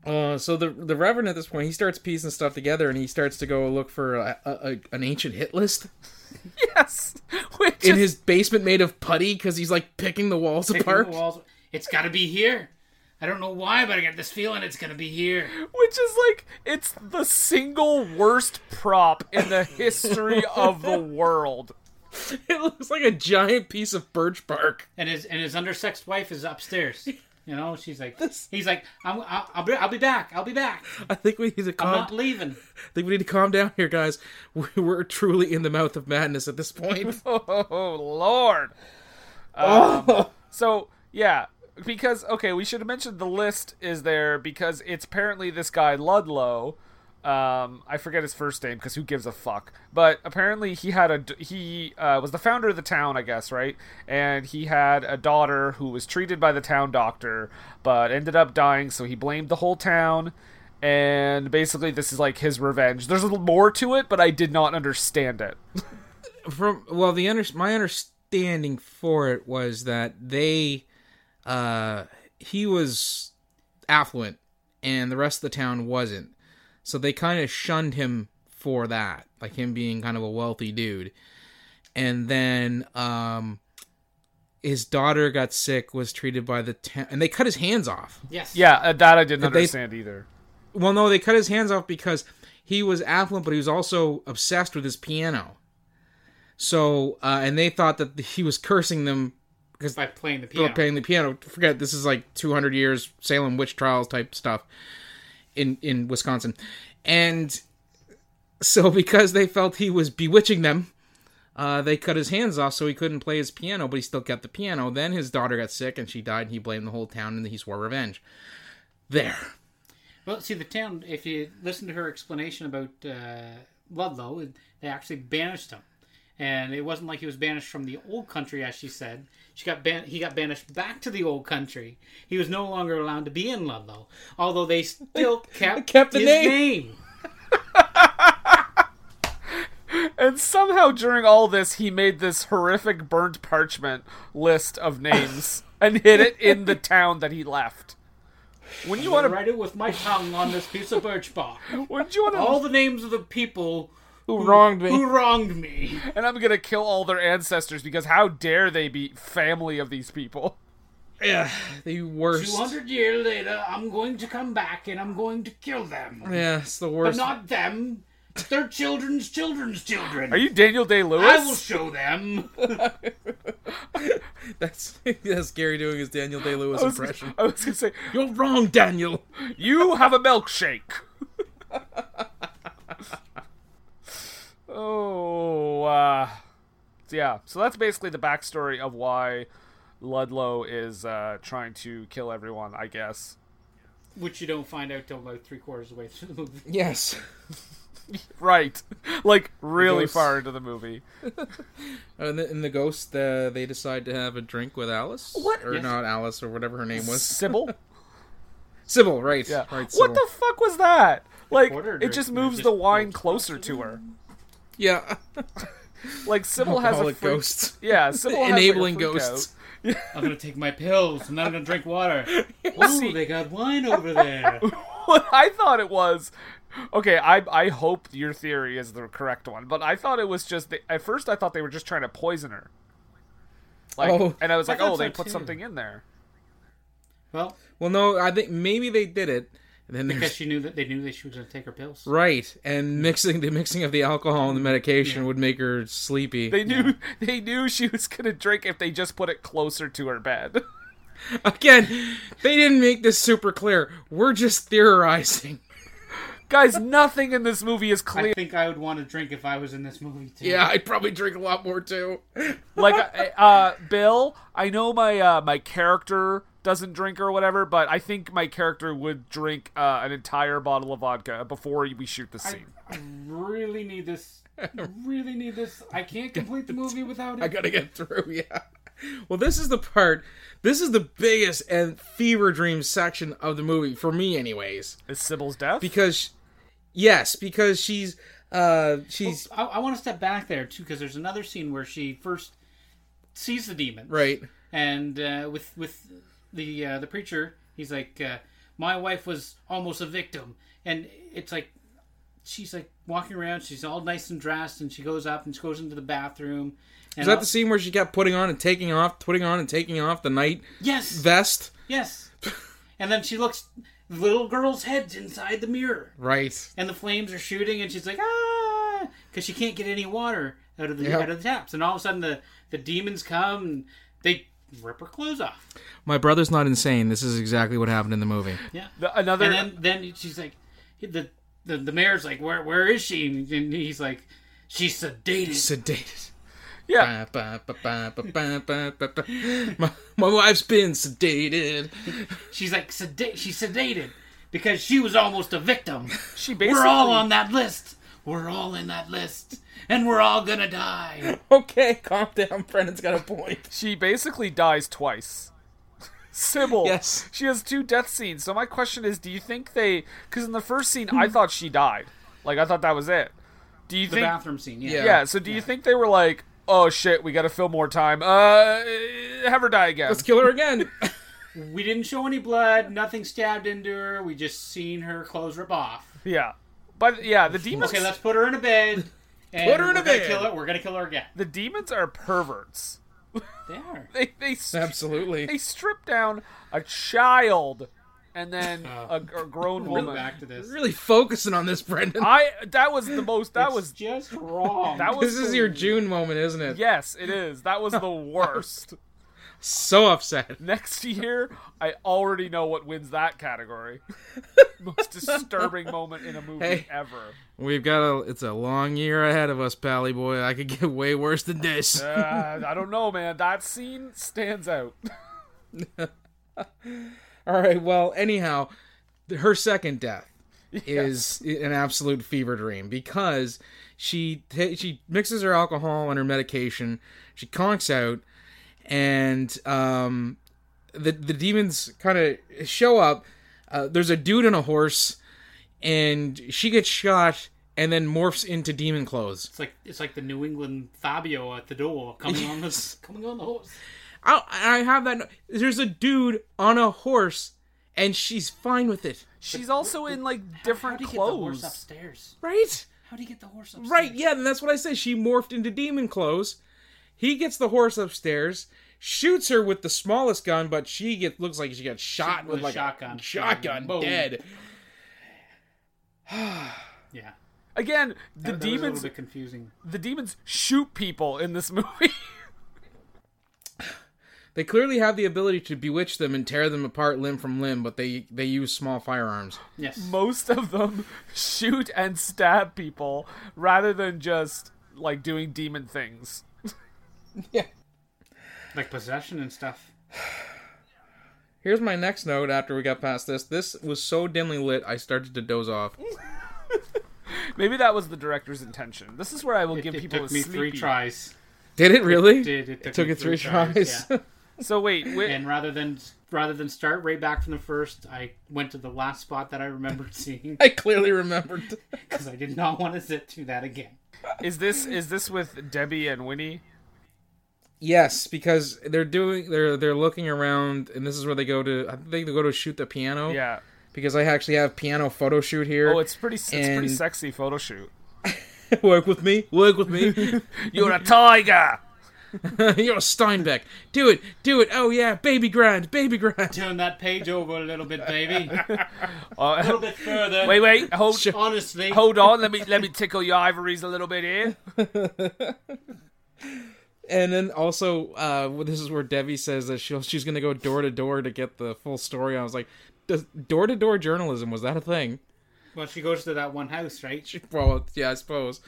Uh, so the the Reverend at this point he starts piecing stuff together and he starts to go look for a, a, a- an ancient hit list
Yes, which
in
is
his basement made of putty because he's like picking the walls
Picking
apart.
the walls. It's gotta be here. I don't know why, but I got this feeling it's gonna be here.
which is like it's the single worst prop in the history of the world.
it looks like a giant piece of birch bark.
and his and his undersexed wife is upstairs. You know, she's like, he's like, I'm, I'll, I'll be, I'll be back. I'll be back.
I think we need to
I'm
calm.
not leaving.
I think we need to calm down here, guys. We- We're truly in the mouth of madness at this point.
Oh Lord. Um, so yeah, because okay, we should have mentioned the list is there because it's apparently this guy Ludlow. Um, I forget his first name because who gives a fuck. But apparently he had a d- he uh, was the founder of the town, I guess, right? And he had a daughter who was treated by the town doctor, but ended up dying. So he blamed the whole town. And basically, this is like his revenge. There's a little more to it, but I did not understand it.
From well, the under- my understanding for it was that they, uh, he was affluent, and the rest of the town wasn't. So they kind of shunned him for that, like him being kind of a wealthy dude. And then um, his daughter got sick, was treated by the town, and they cut his hands off.
Yes.
Yeah, uh, that I didn't
they-
understand either.
Well, no, they cut his hands off because he was affluent, but he was also obsessed with his piano. So, uh, and they thought that he was cursing them because
By playing the
they were
piano.
playing the piano. Forget this is like 200 years Salem witch trials type stuff in in Wisconsin, and so because they felt he was bewitching them. Uh, they cut his hands off so he couldn't play his piano, but he still kept the piano. Then his daughter got sick and she died, and he blamed the whole town and he swore revenge. There.
Well, see, the town, if you listen to her explanation about uh, Ludlow, they actually banished him. And it wasn't like he was banished from the old country, as she said. She got ban- he got banished back to the old country. He was no longer allowed to be in Ludlow, although they still kept,
kept the
his
name.
name.
And somehow during all this, he made this horrific burnt parchment list of names and hid it in the town that he left. When you
I
want
write it with my tongue on this piece of birch bark.
to, when you want to,
All the names of the people
Who wronged me?
who wronged me.
and I'm gonna kill all their ancestors because how dare they be family of these people?
Yeah, the worst.
200 years later, I'm going to come back and I'm going to kill them.
Yeah, it's the
But
worst.
not them. Their children's children's children.
Are you Daniel Day
I will
Lewis?
show them.
That's that's Gary doing his Daniel Day Lewis impression.
I was gonna say
You're wrong, Daniel.
you have a milkshake. oh, uh, yeah. So that's basically the backstory of why Ludlow is uh, trying to kill everyone, I guess.
Which you don't find out till about three quarters of the way through the movie.
Yes.
Right. Like, really
Because-
far into the movie.
And the, and the ghost, uh, they decide to have a drink with Alice. What? Or
Yes.
not Alice, or whatever her name was.
Sybil?
Sybil, right?
Yeah.
Right. Sybil.
what the fuck was that? Like,
quarter
it just
drink,
moves
just
the wine closer to her.
yeah.
Like, Sybil has a
Alcoholic
freak-
ghosts.
Yeah, Sybil has, like, a
Enabling
freak
ghosts.
out.
I'm gonna take my pills and then I'm gonna drink water. Ooh, they got wine over there.
what I thought it was. Okay, I I hope your theory is the correct one, but I thought it was just the, at first I thought they were just trying to poison her. Like,
Oh.
and I was
I
like,
thought
oh,
so
they put
too.
something in there.
Well,
Well, no, I think maybe they did it. And then
because
there's
she knew that they knew that she was gonna take her pills.
right, and mixing the mixing of the alcohol and the medication would make her sleepy.
They knew they knew she was gonna drink if they just put it closer to her bed.
Again, they didn't make this super clear. We're just theorizing.
Guys, nothing in this movie is
I
clear.
think I would want to drink if I was in this movie too.
Yeah, I'd probably drink a lot more too.
Like, uh, uh, Bill, I know my uh, my character doesn't drink or whatever, but I think my character would drink uh, an entire bottle of vodka before we shoot the scene.
I really need this. Really need this. I can't complete the movie without it.
I gotta get through, yeah. Well, this is the part. This is the biggest and fever dream section of the movie for me, anyways.
Is Sybil's death?
Because, yes, because she's, uh, she's
I, I want to step back there too because there's another scene where she first sees the demon,
right.
And uh, with with the uh, the preacher, he's like, uh, "My wife was almost a victim," and it's like she's like walking around, she's all nice and dressed, and she goes up and she goes into the bathroom. And
Is that
all-
the scene where she kept putting on and taking off, putting on and taking off the night
Yes,
vest?
yes. and then she looks the little girl's head's inside the mirror,
Right.
and the flames are shooting, and she's like, "Ah!" because she can't get any water out of the
Yeah.
out of the taps. And all of a sudden, the the demons come and they rip her clothes off.
My brother's not insane. This is exactly what happened in the movie.
Yeah.
The- another
and then then she's like, the the, the mayor's like, where where is she? And he's like, she's sedated.
Sedated.
yeah,
Ba, ba, ba, ba, ba, ba, ba, ba, ba. My, my wife's been sedated.
She's like sedate. She's sedated because she was almost a victim.
she basically
We're all on that list. We're all in that list, and we're all gonna die.
Okay, calm down. Brendan's got a point.
she basically dies twice. Sybil.
Yes.
She has two death scenes. So my question is, do you think they? Because in the first scene, I thought she died. Like I thought that was it. Do you
Hmm. The
think?
bathroom scene. Yeah.
Yeah. So do you think they were like, oh shit, we got to fill more time. Uh, have her die again.
Let's kill her again.
We didn't show any blood. Nothing stabbed into her. We just seen her clothes rip off.
yeah. But yeah, the demons.
Okay, let's put her in a bed. And
Put her in
we're
a
gonna
bed.
Kill her. We're gonna kill her again.
the demons are perverts.
They are.
They they s-
Absolutely.
they strip down a child and then a, a grown
Uh. We'll
woman.
go back to this.
Really focusing on this, Brendan.
I that was the most. That was
just wrong.
that was
This is
the-
your June moment, isn't it?
Yes, it is. That was the worst.
So upset.
Next year, I already know what wins that category. Most disturbing moment in a movie
Hey.
ever.
We've got a. It's a long year ahead of us, Pally boy. I could get way worse than this.
Uh, I don't know, man. That scene stands out.
All right. Well, anyhow, th- her second death is i- an absolute fever dream because she ta- she mixes her alcohol and her medication. She conks out, and um, the the demons kind of show up. Uh, there's a dude and a horse, and she gets shot and then morphs into demon clothes.
It's like it's like the New England Fabio at the door coming on the coming on the horse.
I, I have that. no- There's a dude on a horse, and she's fine with it,
She's also in like
How
different
do you get the horse
clothes.
upstairs?
right?
How do you get the horse upstairs?
Right, yeah, and that's what I say. She morphed into demon clothes. He gets the horse upstairs, shoots her with the smallest gun, but she get looks like she got shot with,
with a
like
shotgun.
a shotgun,
Boom.
dead.
Yeah.
Again, the
That- that was a
demons
little bit confusing.
the demons shoot people in this movie.
They clearly have the ability to bewitch them and tear them apart limb from limb, but they they use small firearms.
Yes.
Most of them shoot and stab people rather than just like doing demon things.
like possession and stuff.
Here's my next note after we got past this. This was so dimly lit, I started to doze off.
Mm.
Maybe that was the director's intention. This is where I will give
it
people
took
a
me
sleepy.
three tries.
Did it really?
Did it took,
took
me
it three
tries?
tries.
Yeah.
So wait, wait
and rather than rather than start right back from the first, I went to the last spot that I remembered seeing
I clearly remembered.
because I did not want to sit through that again.
is this is this with Debbie and Winnie?
Yes, because they're doing they're they're looking around, and this is where they go to. I think they go to shoot the piano.
Yeah.
Because I actually have piano photo shoot here.
Oh, it's pretty it's pretty
And-
sexy photo shoot.
work with me. Work with me.
You're a tiger.
You're a Steinbeck. Do it. Do it. Oh yeah, baby grind. Baby grind.
Turn that page over a little bit, baby. a
Uh,
little bit further.
wait, wait. Hold
Honestly,
hold on. Let me let me tickle your ivories a little bit here.
And then also, uh, well, this is where Debbie says that she will she's gonna go door to door to get the full story. I was like, does door to door journalism was that a thing?
well, she goes to that one house, right?
Well, yeah, I suppose.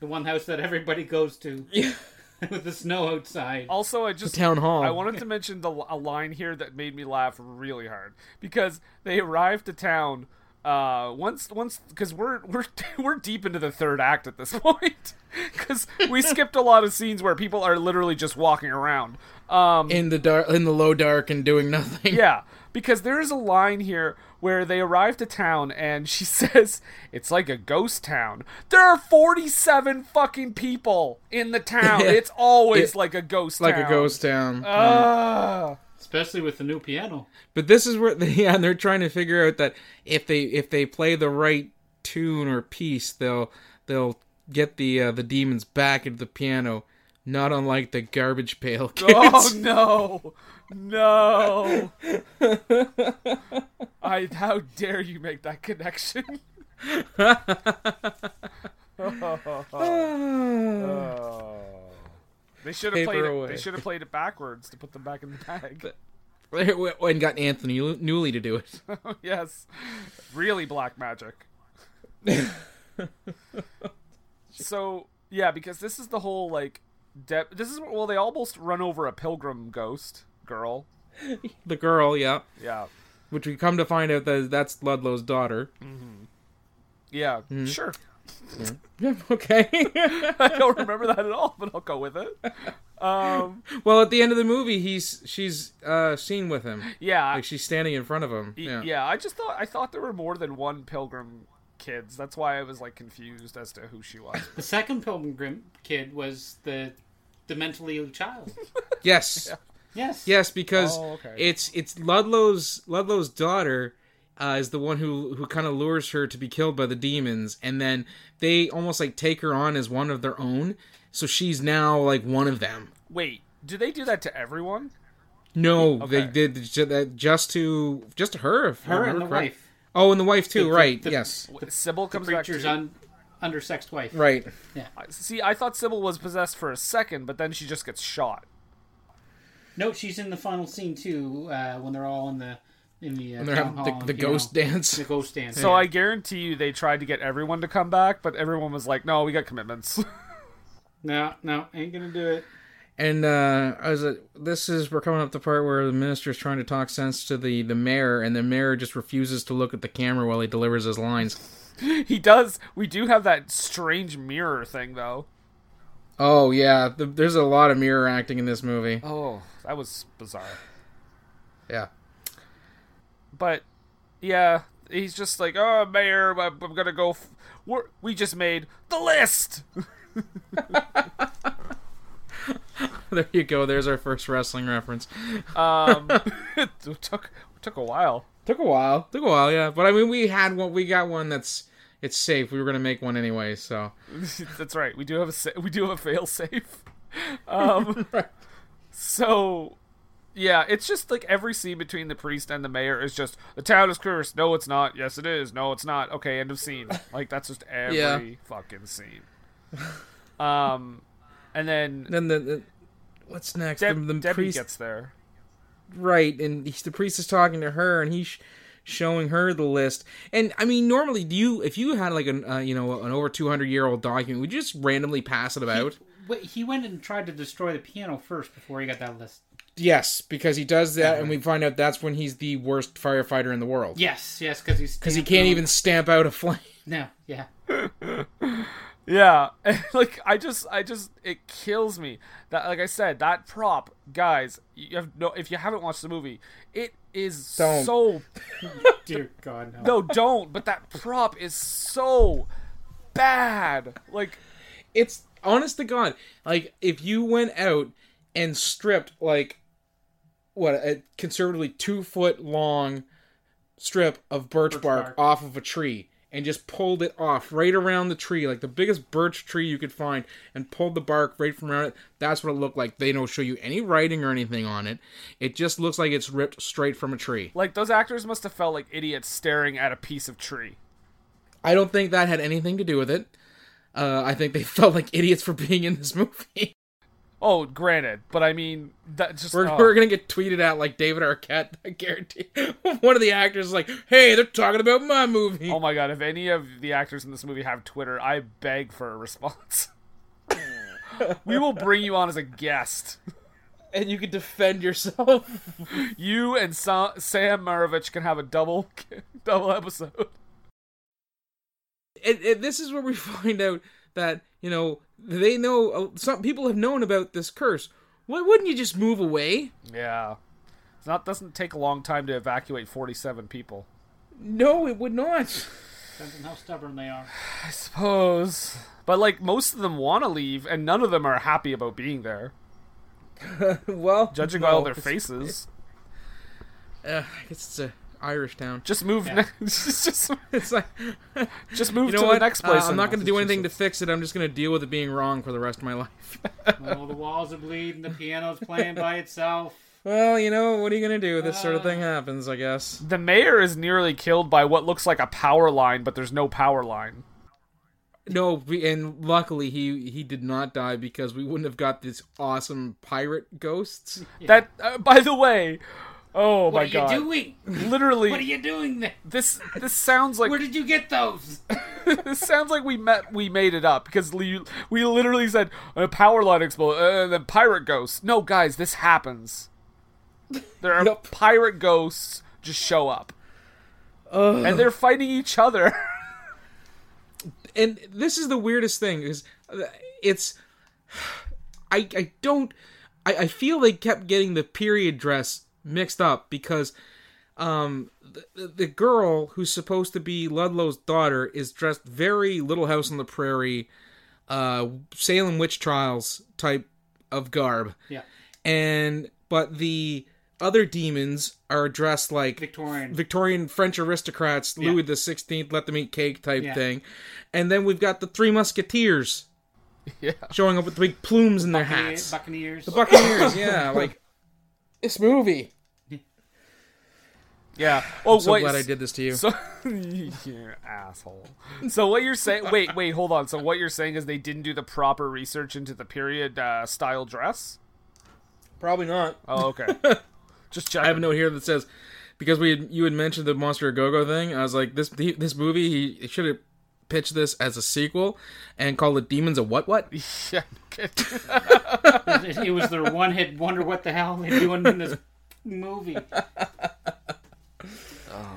The one house that everybody goes to with the snow outside.
Also, I just
Town hall.
I wanted to mention the a line here that made me laugh really hard because they arrive to town uh once once because we're we're we're deep into the third act at this point because we skipped a lot of scenes where people are literally just walking around. Um,
in the dark, in the low dark, and doing nothing.
yeah, because there is a line here where they arrive to town and she says it's like a ghost town. There are forty-seven fucking people in the town. It's always
It-
like a ghost,
like
town.
a ghost town.
Ah.
Especially with the new piano.
But this is where they, yeah, they're trying to figure out that if they if they play the right tune or piece, they'll they'll get the uh, the demons back into the piano. Not unlike the garbage pail kids.
Oh no, no! I how dare you make that connection? They should have played.
Oh. Paper
It,
away.
they should have played it backwards to put them back in the bag.
and got Anthony Newley to do it.
yes, really black magic. so yeah, because this is the whole like. De- this is well, they almost run over a pilgrim ghost girl.
The girl, yeah,
Yeah,
which we come to find out that that's Ludlow's daughter.
Hmm. yeah, sure.
Yeah, okay.
I don't remember that at all, but I'll go with it. Um,
well, at the end of the movie, he's she's uh, seen with him.
yeah,
Like she's standing in front of him.
Y-
Yeah.
I just thought I thought there were more than one pilgrim kids. That's why I was like confused as to who she was.
The second pilgrim kid was the the mentally ill child.
Yes.
Yes.
Yes, because
Oh, okay.
it's it's Ludlow's Ludlow's daughter uh, is the one who who kind of lures her to be killed by the demons, and then they almost like take her on as one of their own. So she's now like one of them.
Wait, do they do that to everyone?
No, they
Okay.
did ju- that just to just to her. If I
Her and
remember
the
correct.
wife.
Oh, and the wife too.
The- the-
right?
the-
yes.
W- Sybil comes back.
Preacher's
too?
un, undersexed wife.
Right.
See, I thought Sybil was possessed for a second, but then she just gets shot.
No, she's in the final scene too uh, when they're all in the in the uh,
They're
town
having
hall,
the, the
you
ghost
know,
dance.
The ghost dance.
So I guarantee you, they tried to get everyone to come back, but everyone was like, "No, we got commitments."
no, no, ain't gonna do it.
And uh, I was like, this is we're coming up the part where the minister's trying to talk sense to the the mayor, and the mayor just refuses to look at the camera while he delivers his lines.
he does. We do have that strange mirror thing, though.
Oh yeah, the, there's a lot of mirror acting in this movie.
Oh, that was bizarre.
Yeah,
but yeah, he's just like, oh, mayor, I'm, I'm gonna go. F- we're, we just made the list.
there you go. There's our first wrestling reference.
Um, it took took a while.
Took a while. Took a while, yeah. But I mean, we had one. We got one that's it's safe. We were gonna make one anyway, so
That's right. We do have a sa- we do have a fail safe. Um, so yeah, it's just like every scene between the priest and the mayor is just the town is cursed. No, it's not. Yes, it is. No, it's not. Okay, end of scene. Like that's just every
Yeah.
fucking scene. Um, and then
then the. the What's next?
Deb-
the the
Debbie
priest,
gets there.
right? And he's, the priest is talking to her, and he's sh- showing her the list. And I mean, normally, do you if you had like an uh, you know an over two hundred year old document, would you just randomly pass it about?
Wait, he went and tried to destroy the piano first before he got that list.
Yes, because he does that, and we find out that's when he's the worst firefighter in the world.
Yes, yes, because he's
because he can't even stamp out a flame.
No, yeah.
Yeah, like I just, I just, it kills me that, like I said, that prop, guys. You have no, if you haven't watched the movie, it is
Don't.
so
Dear God, no.
no, don't. But that prop is so bad. Like,
It's honest to God, like if you went out and stripped like what a conservatively two foot long strip of birch, bark,
bark.
off of a tree and just pulled it off right around the tree, like the biggest birch tree you could find, and pulled the bark right from around it. That's what it looked like. They don't show you any writing or anything on it. It just looks like it's ripped straight from a tree.
like those actors must have felt like idiots staring at a piece of tree.
I don't think that had anything to do with it. Uh, I think they felt like idiots for being in this movie.
Oh, granted, but I mean, that just
We're,
oh.
we're gonna get tweeted at like David Arquette. I guarantee. One of the actors is like, "Hey, they're talking about my movie."
Oh my god, if any of the actors in this movie have Twitter, I beg for a response. we will bring you on as a guest.
And you can defend yourself.
You and Sa- Sam Maravich can have a double double episode.
and, and this is where we find out that you know they know uh, some people have known about this curse. Why wouldn't you just move away?
Yeah. It's not doesn't take a long time to evacuate 47 people.
No, it would not.
Depends on how stubborn they are.
I suppose. But like most of them want to leave and none of them are happy about being there,
well,
judging
no.
all their faces.
Uh, it's a Irish town.
Just move ne- just just,
It's like
just move
you know
to
what?
the next place.
Uh, I'm
in
not going to do anything to
Massachusetts.
fix it. I'm just going to deal with it being wrong for the rest of my life.
Oh, the walls are bleeding. The piano's playing by itself.
Well, you know, what are you going to do? This sort of thing happens, I guess.
The mayor is nearly killed by what looks like a power line, but there's no power line.
No, we- and luckily he he did not die because we wouldn't have got this awesome pirate ghosts.
That, uh, by the way, oh my
What are you
god,
doing?
literally,
What are you doing there?
this this sounds like
Where did you get those?
this sounds like we met we made it up because we, we literally said a power line explode uh, and then pirate ghosts. No, guys, this happens. There are
Yep.
pirate ghosts just show up, and they're fighting each other.
and this is the weirdest thing is uh, it's i i don't i, I feel they kept getting the period dress mixed up because um the, the girl who's supposed to be ludlow's daughter is dressed very little house on the prairie uh salem witch trials type of garb
yeah,
and but the other demons are dressed like
Victorian.
Victorian French aristocrats, Louis the Sixteenth, let them eat cake type
Yeah.
thing, and then we've got the Three Musketeers, showing up with big plumes in their hats.
Buccaneers.
The Buccaneers, yeah, like this movie.
yeah. Oh
So
wait,
glad I did this to you.
So, you asshole. So what you're saying? Wait, wait, hold on. So what you're saying is they didn't do the proper research into the period uh, style dress?
Probably not.
Oh, okay. Just check.
I have a note here that says because we had, you had mentioned the Monster Go Go thing, I was like this he- this movie he, he should have pitched this as a sequel and called it Demons of What What.
Yeah, okay.
it, it was their one hit wonder what the hell they're doing in this movie.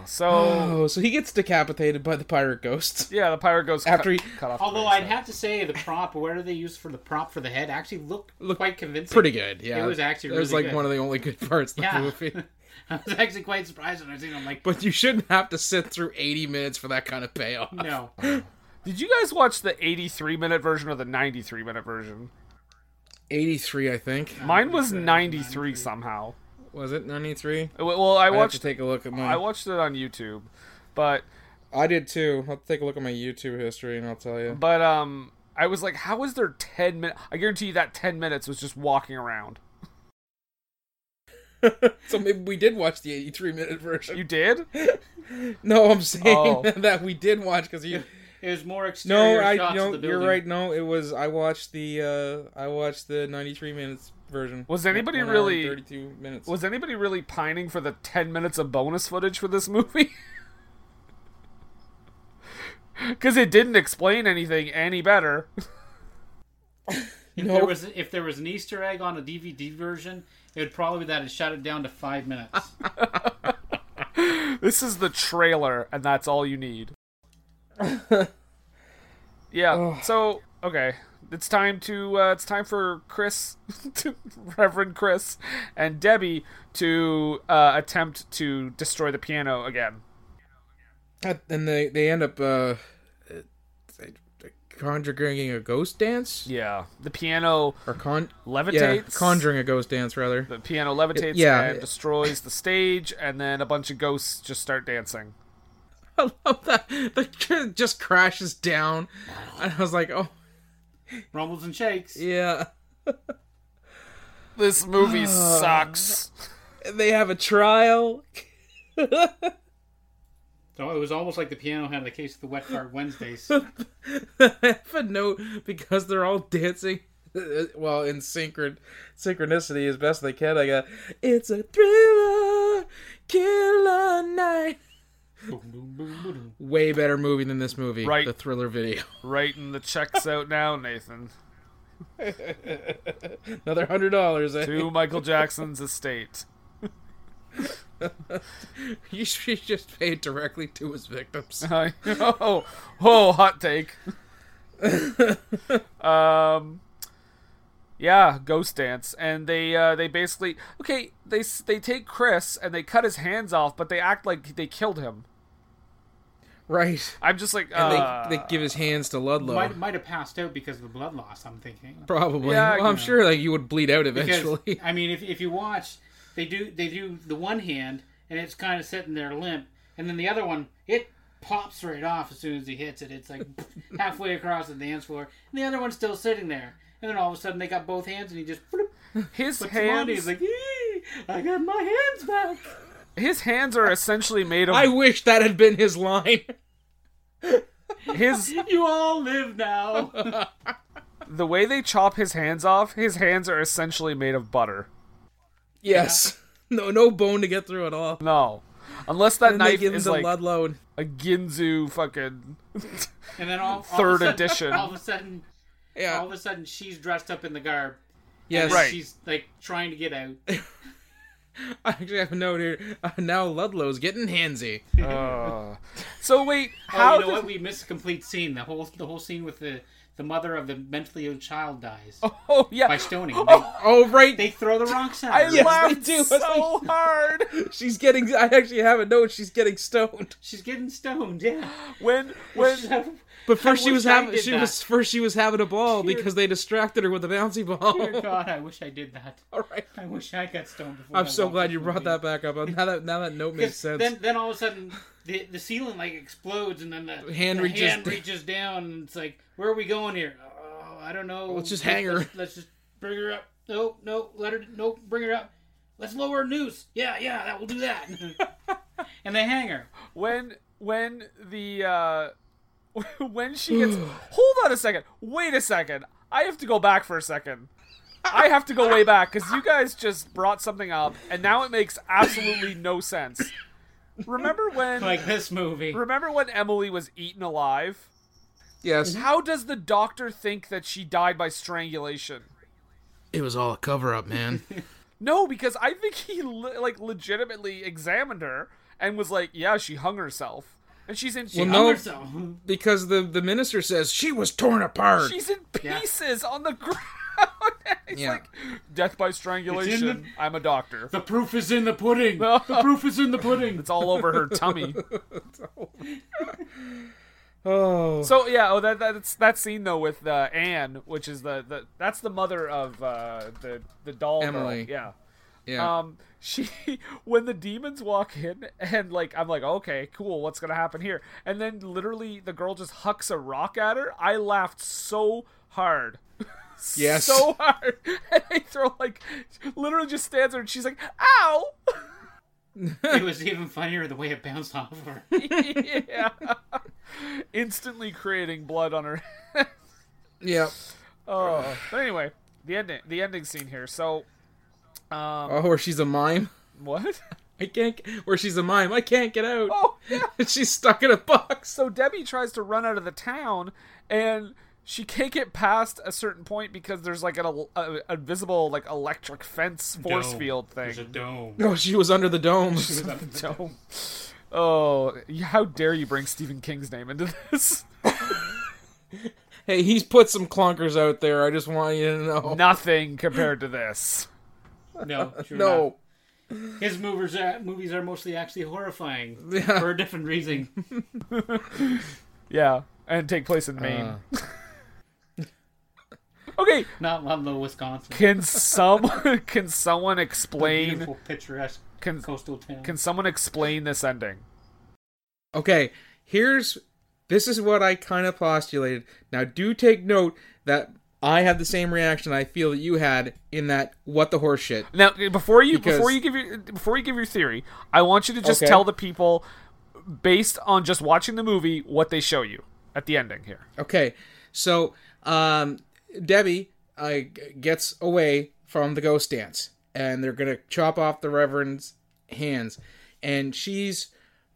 So
Oh, so he gets decapitated by the pirate ghosts.
yeah, the pirate goes
After he-
cut off.
Although I'd have to say the prop, where they used for the prop for the head, actually looked, quite convincing.
Pretty good, yeah.
It was actually
it was
really
like
good.
one of the only good parts of the
Yeah.
movie.
I was actually quite surprised when I seen. It. I'm like,
But you shouldn't have to sit through 80 minutes for that kind of payoff.
no,
Did you guys watch the 83 minute version or the 93 minute version?
83, I think.
Mine was 93 somehow.
Was it 93?
Uh, Well, I
I have to
watched
take a look at my.
I watched it on YouTube, but
I did too. I'll take a look at my YouTube history and I'll tell you.
but um, I was like, how is there 10 minutes? I guarantee you that 10 minutes was just walking around.
So maybe we did watch the 83 minute version.
You did?
No, I'm saying
Oh.
that we did watch because you.
it was more
No,
exterior
I
shots
no.
of the
You're
building.
right. No, it was. I watched the. uh I watched the 93 minutes version.
Was anybody
One hour and
really-
32 minutes.
Was anybody really pining for the 10 minutes of bonus footage for this movie? Because it didn't explain anything any better.
If
Oh.
there was if there was an Easter egg on a DVD version, it would probably be that it shot it down to five minutes.
This is the trailer, and that's all you need. yeah. So okay, it's time to uh, it's time for Chris, to, Reverend Chris, and Debbie to uh, attempt to destroy the piano again.
Uh, and they they end up uh, uh, conjuring a ghost dance
Yeah. The piano
or con
levitates.
yeah conjuring a ghost dance rather.
The piano levitates
Yeah.
and destroys the stage, and then a bunch of ghosts just start dancing.
I love that the kid just crashes down, and I was like, oh
Rumbles and shakes.
yeah,
This movie sucks.
they have a trial.
So it was almost like the piano had the case of the wet fart Wednesdays.
I have a note because they're all dancing. Well, in synchron synchronicity as best they can. I got it's a thriller, killer night. Way better movie than this movie.
Right.
the thriller video.
Writing the checks out now, Nathan.
Another hundred dollars. Eh?
To Michael Jackson's estate.
You should just paid directly to his victims.
I know. Oh, hot take. um, yeah, ghost dance, and they uh, they basically okay. They s- they take Chris and they cut his hands off, but they act like they killed him.
right.
I'm just like,
And
uh,
they, they give his hands to Ludlow.
might might have passed out because of the blood loss. I'm thinking.
Probably.
Yeah,
well, I'm
you know.
sure like you would bleed out
Because,
eventually.
I mean, if if you watch, they do they do the one hand and it's kind of sitting there limp, and then the other one it pops right off as soon as he hits it. It's like halfway across the dance floor, and the other one's still sitting there. And then all of a sudden they got both hands, and he just bloop,
his
puts them on. He's
hands.
like, "Eee, I got my hands back.
his hands are essentially made of.
I wish that had been his line.
His
You all live now.
the way they chop his hands off, his hands are essentially made of butter.
Yes. No, no bone to get through at all.
No. Unless that
And they
knife
give him
is
to
like
Ludlow. and-
a Ginzu fucking
And then all, all of a
Third
sudden-
edition.
All of a sudden,
Yeah.
all of a sudden, she's dressed up in the garb.
yes.
Right.
She's like trying to get out. Oh,
I actually have a note here. Uh, now Ludlow's getting handsy.
So wait,
Oh,
how
you know
did-
what? We missed a complete scene. The whole the whole scene with the the mother of the mentally ill child dies
Oh yeah.
by stoning.
Oh, right.
They, they throw the wrong side.
I laughed
do. I was
so
like-
hard
She's getting. I actually have a note. She's getting stoned.
She's getting stoned. Yeah.
when when
But first
I
she
wish
was
I
having.
did
She
that.
was first. She was having a ball because they distracted her with a bouncy
Dear
ball.
God, I wish I did that.
All right.
I wish I got stoned. Before
I'm
I
so
watched
glad
this
you brought
movie.
that back up. Now that now that note makes sense.
Then, then all of a sudden, the, the ceiling like explodes, and then the
Hand
the
reaches
hand
d-
reaches down, and it's like, where are we going here? Oh, I don't know.
Let's just hang her.
Let's, let's just bring her up. No, no, let her. No, bring her up. Let's lower her noose. Yeah, yeah, that will do that. and they hang her.
when when the uh when she gets hold on a second wait a second i have to go back for a second i have to go way back because you guys just brought something up and now it makes absolutely no sense remember when
Like this movie.
remember when emily was eaten alive
yes,
how does the doctor think that she died by strangulation
it was all a cover up, man.
no because i think he le- like legitimately examined her and was like yeah she hung herself and she's in
well,
she-
no,
So,
because the the minister says she was torn apart.
She's in
Yeah.
pieces on the ground. it's
Yeah.
like death by strangulation. I'm a doctor.
the proof is in the pudding. The proof is in the pudding.
It's all over her tummy.
oh,
So yeah, oh that that's that scene though with uh, Anne, which is the, the that's the mother of uh, the the doll. girl.
Emily.
Yeah.
yeah.
Um, she when the demons walk in and like I'm like okay cool what's gonna happen here and then literally the girl just hucks a rock at her. I laughed so hard.
Yes.
So hard. And they throw like literally just stands there and she's like ow.
it was even funnier the way it bounced off of her.
yeah. Instantly creating blood on her.
yeah.
Oh. But anyway, the ending the ending scene here. So
Oh, where she's a mime.
what?
I can't. Where she's a mime. I can't get out.
Oh yeah.
she's stuck in a box.
So Debbie tries to run out of the town and she can't get past a certain point because there's like an el- a, a visible like electric fence force
Dome.
field
There's a
thing.
dome.
No, Oh, she was under the dome.
Dome. Oh, how dare you bring Stephen King's name into this?
hey, he's put some clunkers out there. I just want you to know.
Nothing compared to this.
No, sure not.
No.
His movers are, movies are mostly actually horrifying for a different reason.
Yeah, and take place in Maine. okay,
Not Ludlow, Wisconsin.
can someone can someone explain
Beautiful, picturesque
can
coastal town.
can someone explain this ending?
Okay, here's this is what I kind of postulated. Now, do take note that I have the same reaction I feel that you had in that what the horse shit.
Now, before you
Because-
before you give your before you give your theory, I want you to just
Okay.
tell the people based on just watching the movie what they show you at the ending here.
Okay, so um, Debbie uh, g- gets away from the ghost dance, and they're gonna chop off the Reverend's hands, and she's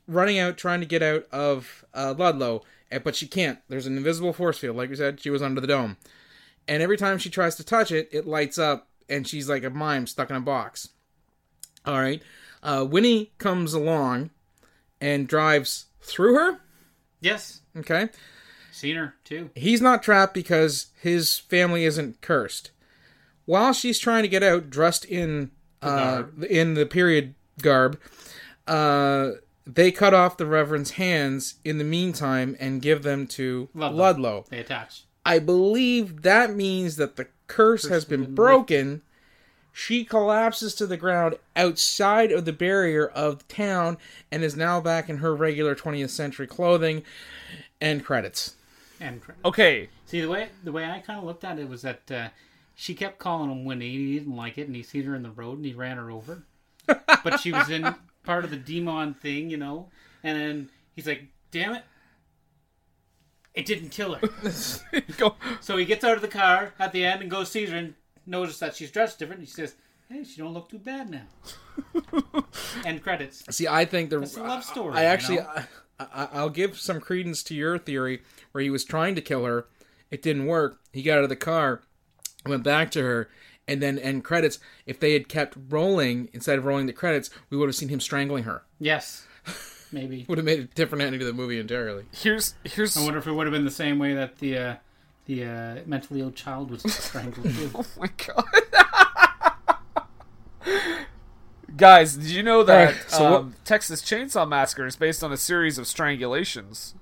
running out trying to get out of uh, Ludlow, and, but she can't. There's an invisible force field, like we said. She was under the dome, and every time she tries to touch it, it lights up, and she's like a mime stuck in a box. All right, uh, Winnie comes along and drives through her.
yes,
Okay,
seen her too.
He's not trapped because his family isn't cursed. While she's trying to get out, dressed in uh, in the period garb, uh, they cut off the reverend's hands in the meantime and give them to Ludlow.
Ludlow. They attach.
I believe that means that the curse has been broken. She collapses to the ground outside of the barrier of the town and is now back in her regular 20th century clothing. And credits.
And
Okay,
see the way the way I kind of looked at it was that uh, she kept calling him Winnie. and He didn't like it, and he seen her in the road, and he ran her over. but she was in part of the demon thing, you know. And then he's like, "Damn it, It didn't kill her. so he gets out of the car at the end and goes sees her and notices that she's dressed different. And she says, "Hey, she don't look too bad now." End credits.
See, I think the
It's a love story.
I
you
actually,
know?
I, I, I'll give some credence to your theory where he was trying to kill her. It didn't work. He got out of the car, went back to her, and then end credits. If they had kept rolling instead of rolling the credits, we would have seen him strangling her.
yes, maybe.
Would have made a different ending to the movie entirely.
Here's here's
I wonder if it would have been the same way that the uh, the uh, mentally ill child was strangled too.
Oh my god. Guys, did you know that
Alright, so what-
um, Texas Chainsaw Massacre is based on a series of strangulations?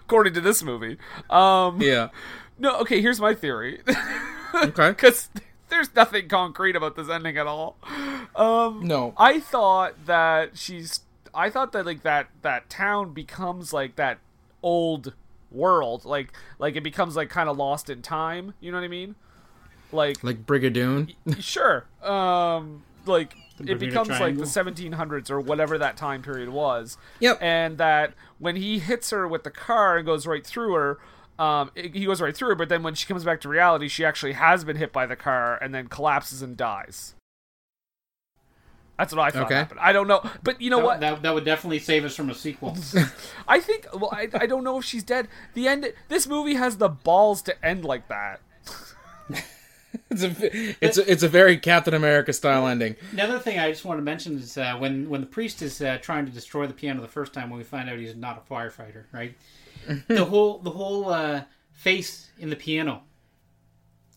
According to this movie. Um,
Yeah.
No, okay, here's my theory.
Okay.
Because there's nothing concrete about this ending at all. Um,
No.
I thought that she's. I thought that like that that town becomes like that old world, like like it becomes like kind of lost in time. You know what I mean? Like
Like Brigadoon.
sure, um, like it
Bermuda
becomes like the
Triangle.
1700s or whatever that time period was.
Yep.
And that when he hits her with the car and goes right through her. Um, it- he goes right through her, but then when she comes back to reality, she actually has been hit by the car and then collapses and dies. That's what I thought
Okay.
happened. I don't know, but you know
That-
what?
That, that would definitely save us from a sequel.
I think. Well, I, I don't know if she's dead. The end. This movie has the balls to end like that.
It's a it's a, it's a very Captain America style ending.
Another thing I just want to mention is uh, when when the priest is uh, trying to destroy the piano the first time, when we find out he's not a firefighter, right? the whole the whole uh, face in the piano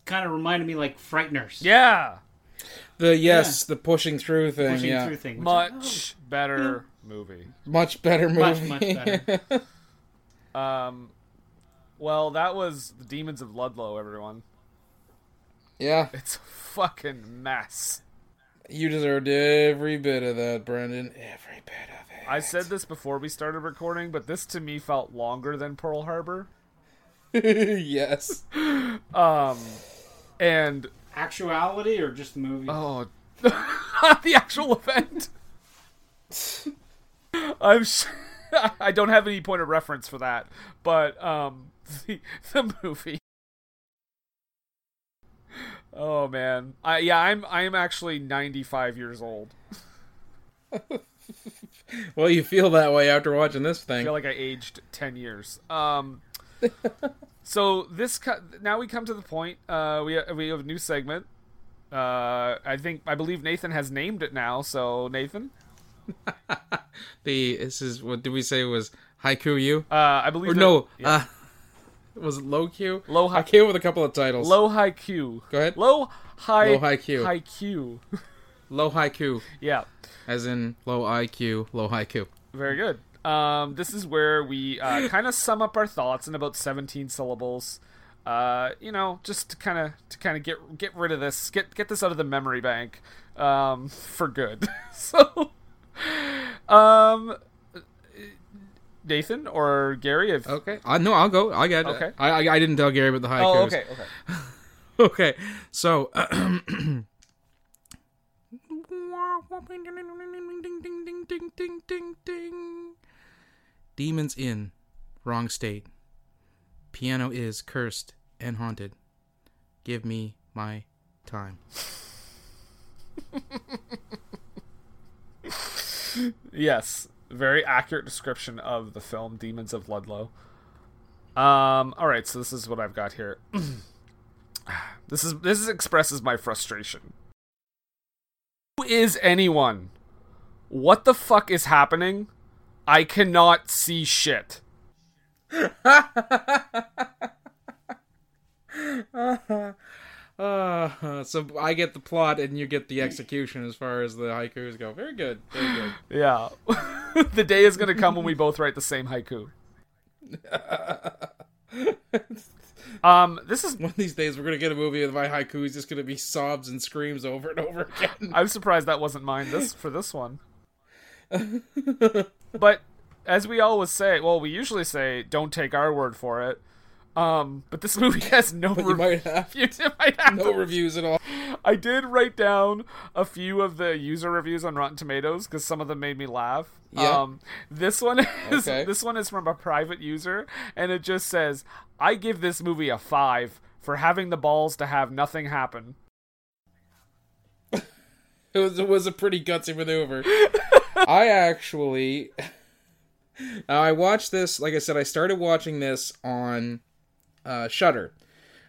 kind of reminded me like Frighteners.
Yeah,
The yes, the pushing through thing.
pushing
yeah.
through thing. which is
much better
Hmm.
movie.
Much better movie.
Much much better.
Um, well, that was the Demons of Ludlow. Everyone,
yeah.
it's a fucking mess.
You deserved every bit of that, Brendan. Every bit of it.
I said this before we started recording, but this to me felt longer than Pearl Harbor.
yes.
Um, and
Actuality or just the movie?
Oh, the actual event. I'm. Sh- I don't have any point of reference for that, but um, the the movie. Oh man, I yeah, I'm I'm actually 95 years old.
Well, you feel that way after watching this
I
thing.
feel like I aged 10 years. Um, so this co- now we come to the point. Uh, we we have a new segment. Uh, I think I believe Nathan has named it now. So Nathan,
the this is what did we say was haiku you?
uh, I believe
or
that-
no, uh, was it low Q?
Low hi-
I came up with a couple of titles.
Low high Q.
Go ahead.
Low high.
Low high Q.
High Q.
low haiku,
yeah,
as in low IQ, low haiku.
very good. Um, this is where we uh, kind of sum up our thoughts in about 17 syllables. Uh, you know, just to kind of to kind of get get rid of this, get get this out of the memory bank, um, for good. so, um, Nathan or Gary, if
Okay. I Uh, no, I'll go. I got.
Okay.
I, I I didn't tell Gary about the haikus.
oh, okay, okay.
okay. So. Demons in wrong state. Piano is cursed and haunted. Give me my time.
Yes, very accurate description of the film Demons of Ludlow. Um, all right, so this is what I've got here. this is this is expresses my frustration. Who is anyone? What the fuck is happening? I cannot see shit.
Uh, so I get the plot and you get the execution as far as the haikus go. Very good. Very good.
Yeah. the day is going to come when we both write the same haiku. um, this is
One of these days, we're gonna get a movie with my haiku is just gonna be sobs and screams over and over again.
I'm surprised that wasn't mine this for this one. but as we always say, well, we usually say, "Don't take our word for it." Um, but this movie has no.
But you might have
reviews. It might have
no reviews at all.
I did write down a few of the user reviews on Rotten Tomatoes because some of them made me laugh.
Yeah.
Um, this one is
Okay.
this one is from a private user, and it just says, "I give this movie a five for having the balls to have nothing happen."
It was, it was a pretty gutsy maneuver. I actually, I watched this. Like I said, I started watching this on uh, Shutter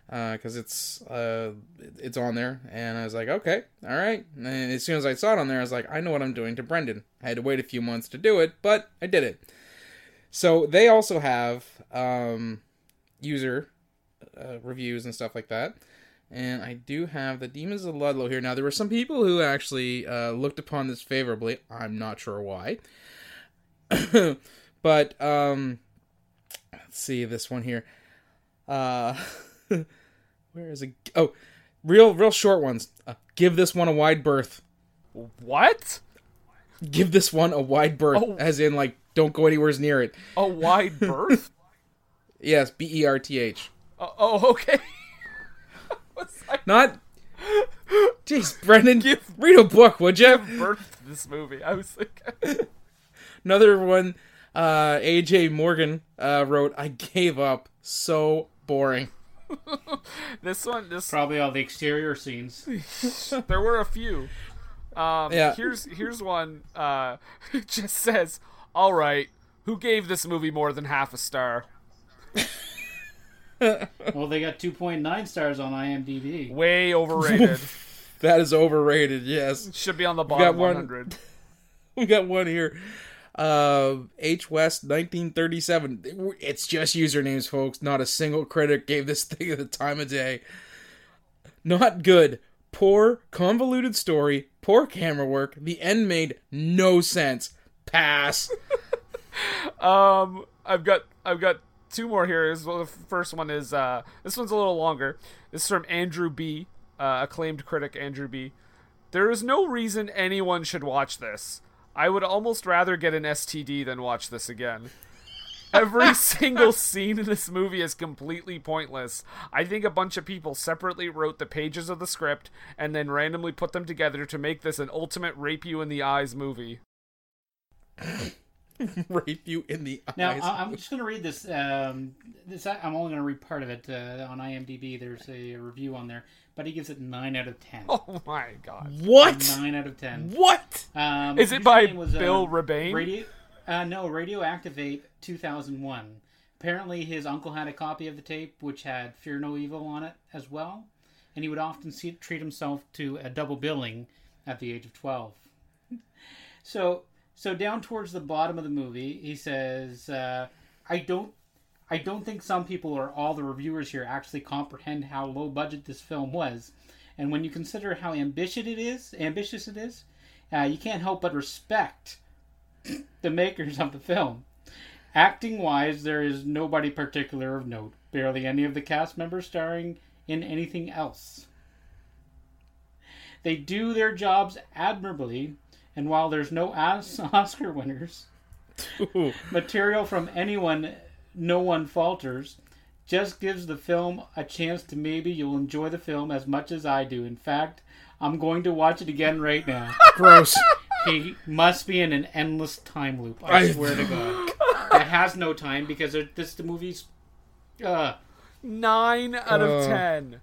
because it's uh, it's on there, and I was like, okay, all right. And as soon as I saw it on there, I was like, I know what I'm doing to Brendan. I had to wait a few months to do it, but I did it. So they also have um, user uh, reviews and stuff like that. And I do have the Demons of Ludlow here. Now, there were some people who actually uh, looked upon this favorably. I'm not sure why. but, um, let's see this one here. Uh, where is it? Oh, real, real short ones. Uh, give this one a wide berth.
What?
Give this one a wide berth.
Oh.
As in, like, don't go anywhere near it.
A wide berth?
Yes, B E R T H.
oh, oh, okay. What's I
Not. Jeez, Brendan, read a book, would you?
birth this movie? I was like,
Another one, uh, AJ Morgan uh, wrote, I gave up. So boring.
this one, this
Probably all the exterior scenes.
there were a few. Um,
Yeah.
Here's here's one. Uh, it just says, "All right, who gave this movie more than half a star?"
Well, they got 2.9 stars on IMDb.
Way overrated.
That is overrated, yes.
Should be on the
got
bottom
one.
100.
We got one here. Uh, H West 1937. It's just usernames, folks. Not a single critic gave this thing the time of day. Not good. Poor, convoluted story, poor camera work. The end made no sense. Pass.
Um, I've got I've got two more here. This- well, The first one is uh, this one's a little longer. This is from Andrew B, uh, acclaimed critic Andrew B. There is no reason anyone should watch this. I would almost rather get an STD than watch this again. Every single scene in this movie is completely pointless. I think a bunch of people separately wrote the pages of the script and then randomly put them together to make this an ultimate rape you in the eyes movie.
Rape you in the
Now,
eyes.
I, I'm just going to read this. Um, this I- I'm only going to read part of it uh, on IMDb. There's a review on there, but he gives it 9 out of 10.
Oh my god.
what?
9 out of 10.
What?
Um,
Is it
his
by
name was, uh,
Bill Rebane?
Radio, uh, no, Radioactivate 2001. Apparently, his uncle had a copy of the tape which had Fear No Evil on it as well, and he would often see, treat himself to a double billing at the age of 12. so, so down towards the bottom of the movie, he says, uh, "I don't." I don't think some people or all the reviewers here actually comprehend how low budget this film was, and when you consider how ambitious it is, ambitious it is, uh, you can't help but respect the makers of the film. Acting wise, there is nobody particular of note, barely any of the cast members starring in anything else. They do their jobs admirably, and while there's no Os- Oscar winners, material from anyone, no one falters, just gives the film a chance to maybe you'll enjoy the film as much as I do. In fact, I'm going to watch it again right now.
Gross.
He must be in an endless time loop. I,
I-
swear to God, it has no time because it, this the movie's uh,
Nine out of ten.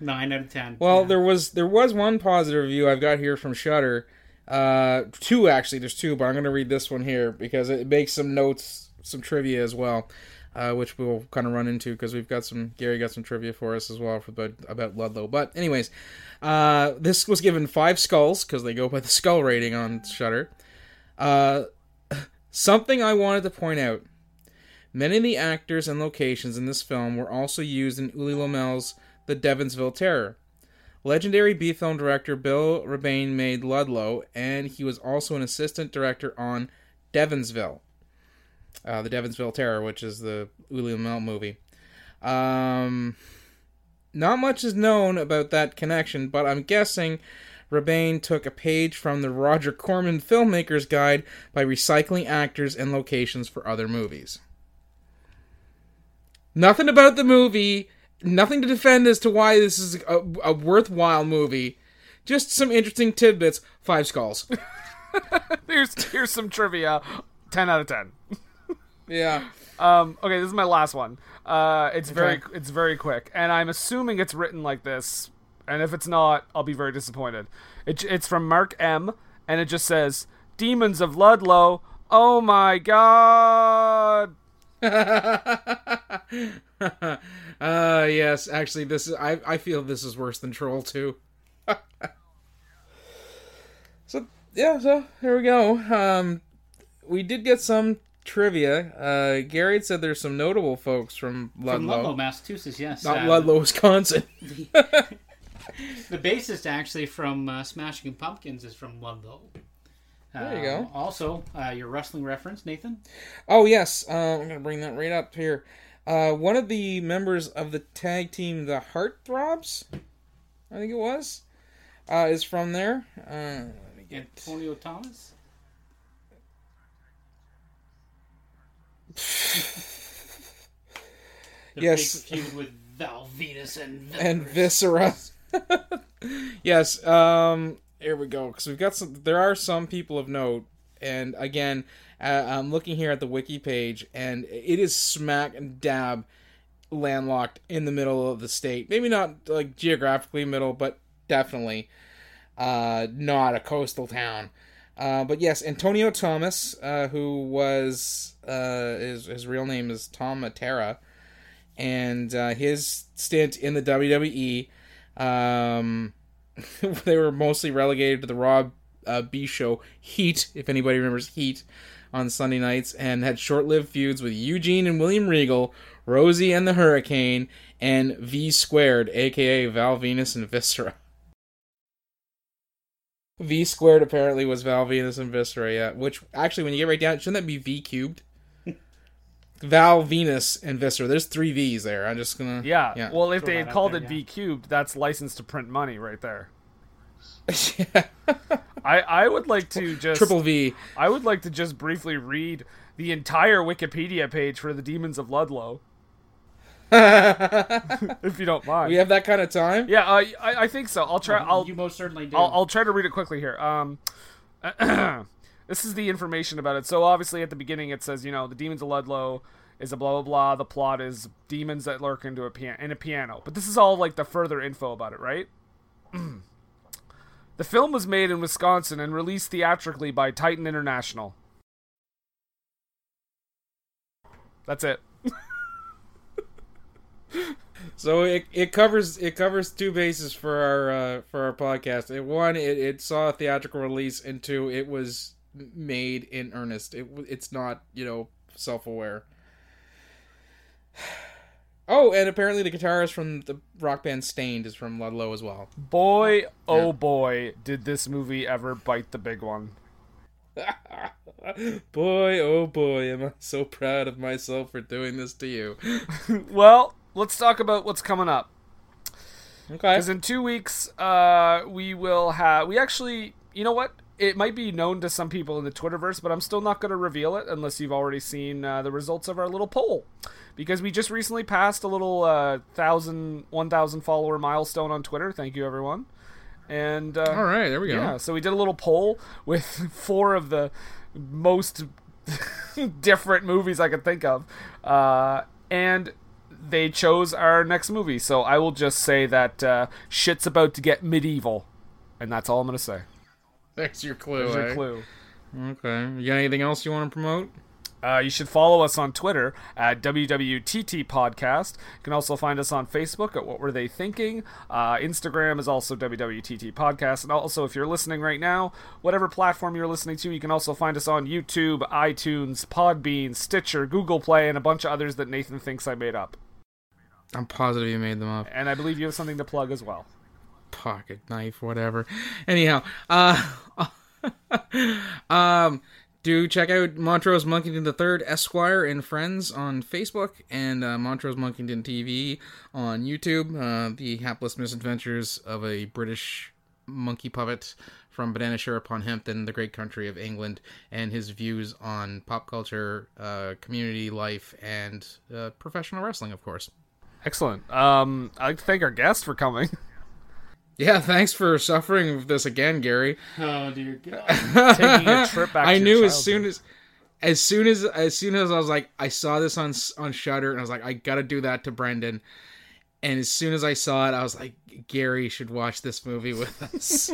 nine out of ten.
Well, there was there was one positive review I've got here from Shutter. Uh, two actually, there's two, but I'm gonna read this one here because it makes some notes, some trivia as well, uh, which we'll kind of run into because we've got some Gary got some trivia for us as well for about about Ludlow. But anyways, uh, this was given five skulls because they go by the skull rating on Shutter. Uh, something I wanted to point out. Many of the actors and locations in this film were also used in Uli Lomel's The Devonsville Terror. Legendary B film director Bill Rebane made Ludlow, and he was also an assistant director on Devonsville, uh, the Devonsville Terror, which is the Uli Mel movie. Um, not much is known about that connection, but I'm guessing Rebane took a page from the Roger Corman Filmmaker's Guide by recycling actors and locations for other movies. Nothing about the movie, nothing to defend as to why this is a, a worthwhile movie. Just some interesting tidbits. Five skulls.
Here's here's some trivia. Ten out of ten.
yeah.
Um, okay, this is my last one. Uh, it's very it's very quick, and I'm assuming it's written like this. And if it's not, I'll be very disappointed. It, it's from Mark M, and it just says, "Demons of Ludlow." Oh my god!
uh, yes, actually, this is. I, I feel this is worse than Troll Two. so yeah, so here we go. Um, we did get some trivia. Uh, Gary had said there's some notable folks from Ludlow,
From Ludlow, Massachusetts, yes.
not
uh,
Ludlow, Wisconsin.
The bassist actually from uh, Smashing Pumpkins is from Ludlow.
There you
Um,
go.
Also, uh, your wrestling reference, Nathan.
Oh yes, uh, I'm gonna bring that right up here. Uh, one of the members of the tag team, the Heartthrobs, I think it was, uh, is from there. Uh, let me get
Antonio Thomas. They're
Yes.
big feud with Val Venus and
and
Viper's.
viscera. yes. Um. Here we go. Because we've got some. There are some people of note, and again, uh, I'm looking here at the wiki page, and it is smack and dab landlocked in the middle of the state. Maybe not like geographically middle, but definitely uh, not a coastal town. Uh, but yes, Antonio Thomas, uh, who was uh, his, his real name is Tom Matera and uh, his stint in the E WWE, um, they were mostly relegated to the Raw uh, B show Heat, if anybody remembers Heat, on Sunday nights, and had short-lived feuds with Eugene and William Regal, Rosie and the Hurricane, and V Squared, aka Val Venus and Viscera. V squared apparently was Val Venus and Viscera, yeah. Which actually, when you get right down, shouldn't that be V cubed? Val Venus and Viscera. There's three V's there. I'm just gonna
Yeah.
yeah.
Well, if they
that
had
out
called
there,
it
yeah.
V cubed, that's license to print money right there.
yeah.
I I would like to just
triple V.
I would like to just briefly read the entire Wikipedia page for the Demons of Ludlow, if you don't mind.
We have that kind of time.
yeah, uh, I, I think so. I'll try. I'll
you most certainly do.
I'll, I'll try to read it quickly here. Um, this is the information about it. So obviously, at the beginning, it says you know the demons of Ludlow is a blah blah blah. The plot is demons that lurk into a pian- in a piano. But this is all like the further info about it, right? the film was made in Wisconsin and released theatrically by Titan International. That's it.
So it, it covers it covers two bases for our uh, for our podcast. It, one, it, it saw a theatrical release, and two, it was made in earnest. It w- it's not you know self aware. Oh, and apparently the guitarist from the rock band Stained is from Ludlow as well.
Boy, oh boy, did this movie ever bite the big one.
Boy, oh boy, am I so proud of myself for doing this to you.
Well, let's talk about what's coming up.
Okay.
Because in two weeks, uh, we will have. We actually, you know what? It might be known to some people in the Twitterverse, but I'm still not going to reveal it unless you've already seen uh, the results of our little poll. Because we just recently passed a little uh, thousand, 1,000 follower milestone on Twitter. Thank you, everyone. And uh,
All right, there we go.
yeah, so we did a little poll with four of the most different movies I could think of, uh, and they chose our next movie. So I will just say that uh, shit's about to get medieval, and that's all I'm gonna say.
There's your clue.
There's your
eh?
clue.
Okay. You got anything else you want to promote?
Uh, you should follow us on Twitter at WWTT Podcast. You can also find us on Facebook at What Were They Thinking. Uh, Instagram is also WWTT Podcast. And also, if you're listening right now, whatever platform you're listening to, you can also find us on YouTube, iTunes, Podbean, Stitcher, Google Play, and a bunch of others that Nathan thinks I made up.
I'm positive you made them up.
And I believe you have something to plug as well.
Pocket knife, whatever. Anyhow, uh, um, do check out Montrose Monkington III Esquire and Friends on Facebook and uh, Montrose Monkington TV on YouTube. Uh, the hapless misadventures of a British Monkey Puppet from Banana Share upon Hempton, the great country of England, and his views on pop culture, uh, community life, and uh, professional wrestling, of course.
Excellent. Um, I'd like to thank our guest for coming.
Yeah, thanks for suffering with this again, Gary.
Oh dear God.
Taking a trip back.
I
to your
knew as
childhood.
soon as, as soon as, as soon as I was like, I saw this on S- on Shutter, and I was like, I gotta do that to Brendan. And as soon as I saw it, I was like, Gary should watch this movie with us.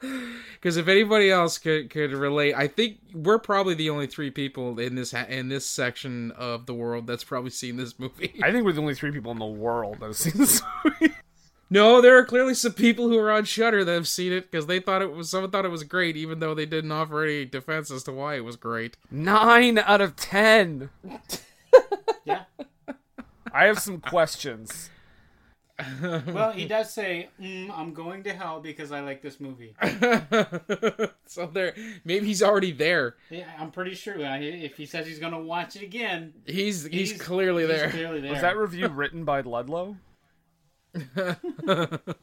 Because if anybody else could could relate, I think we're probably the only three people in this ha- in this section of the world that's probably seen this movie.
I think we're the only three people in the world that have seen this movie.
No, there are clearly some people who are on Shutter that have seen it because they thought it was someone thought it was great, even though they didn't offer any defense as to why it was great.
Nine out of ten.
Yeah.
I have some questions.
Well, he does say, mm, "I'm going to hell because I like this movie."
so there, maybe he's already there.
Yeah, I'm pretty sure uh, if he says he's going to watch it again,
He's he's, clearly
he's
there.
Clearly there.
Was that review written by Ludlow?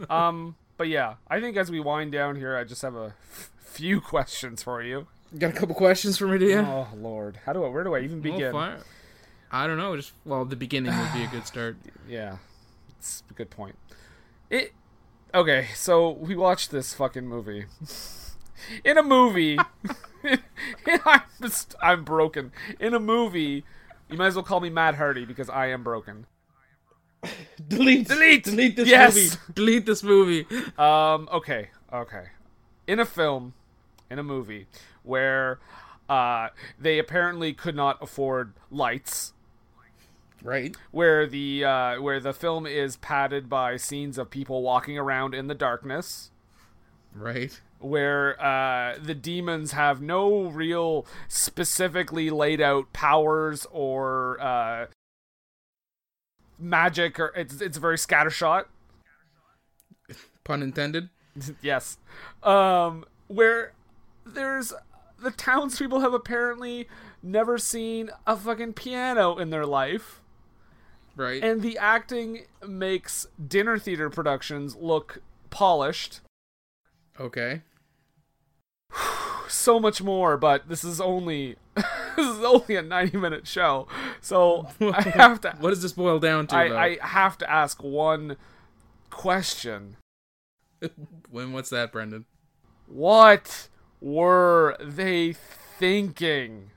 um, but yeah, I think as we wind down here, I just have a f- few questions for you.
Got a couple questions for me, do you?
Oh Lord, how do I? Where do I even
Well,
begin?
fire- I don't know. Just well, the beginning would be a good start.
Yeah, it's a good point. It okay. So we watched this fucking movie. In a movie, I'm just, I'm broken. In a movie, you might as well call me Matt Hardy because I am broken.
delete, delete, delete this
Yes.
movie. Delete this movie.
Um. Okay. Okay. In a film, in a movie, where uh, they apparently could not afford lights.
Right.
Where the uh, where the film is padded by scenes of people walking around in the darkness.
Right.
where uh, the demons have no real specifically laid out powers or uh, magic or it's it's very scattershot
Pun intended.
yes um where there's the townspeople have apparently never seen a fucking piano in their life
Right.
and the acting makes dinner theater productions look polished
okay.
so much more, but this is only this is only a ninety minute show, so I have to
What does this boil down to? though?
I, I have to ask one question:
when what's that, Brendan?
What were they thinking?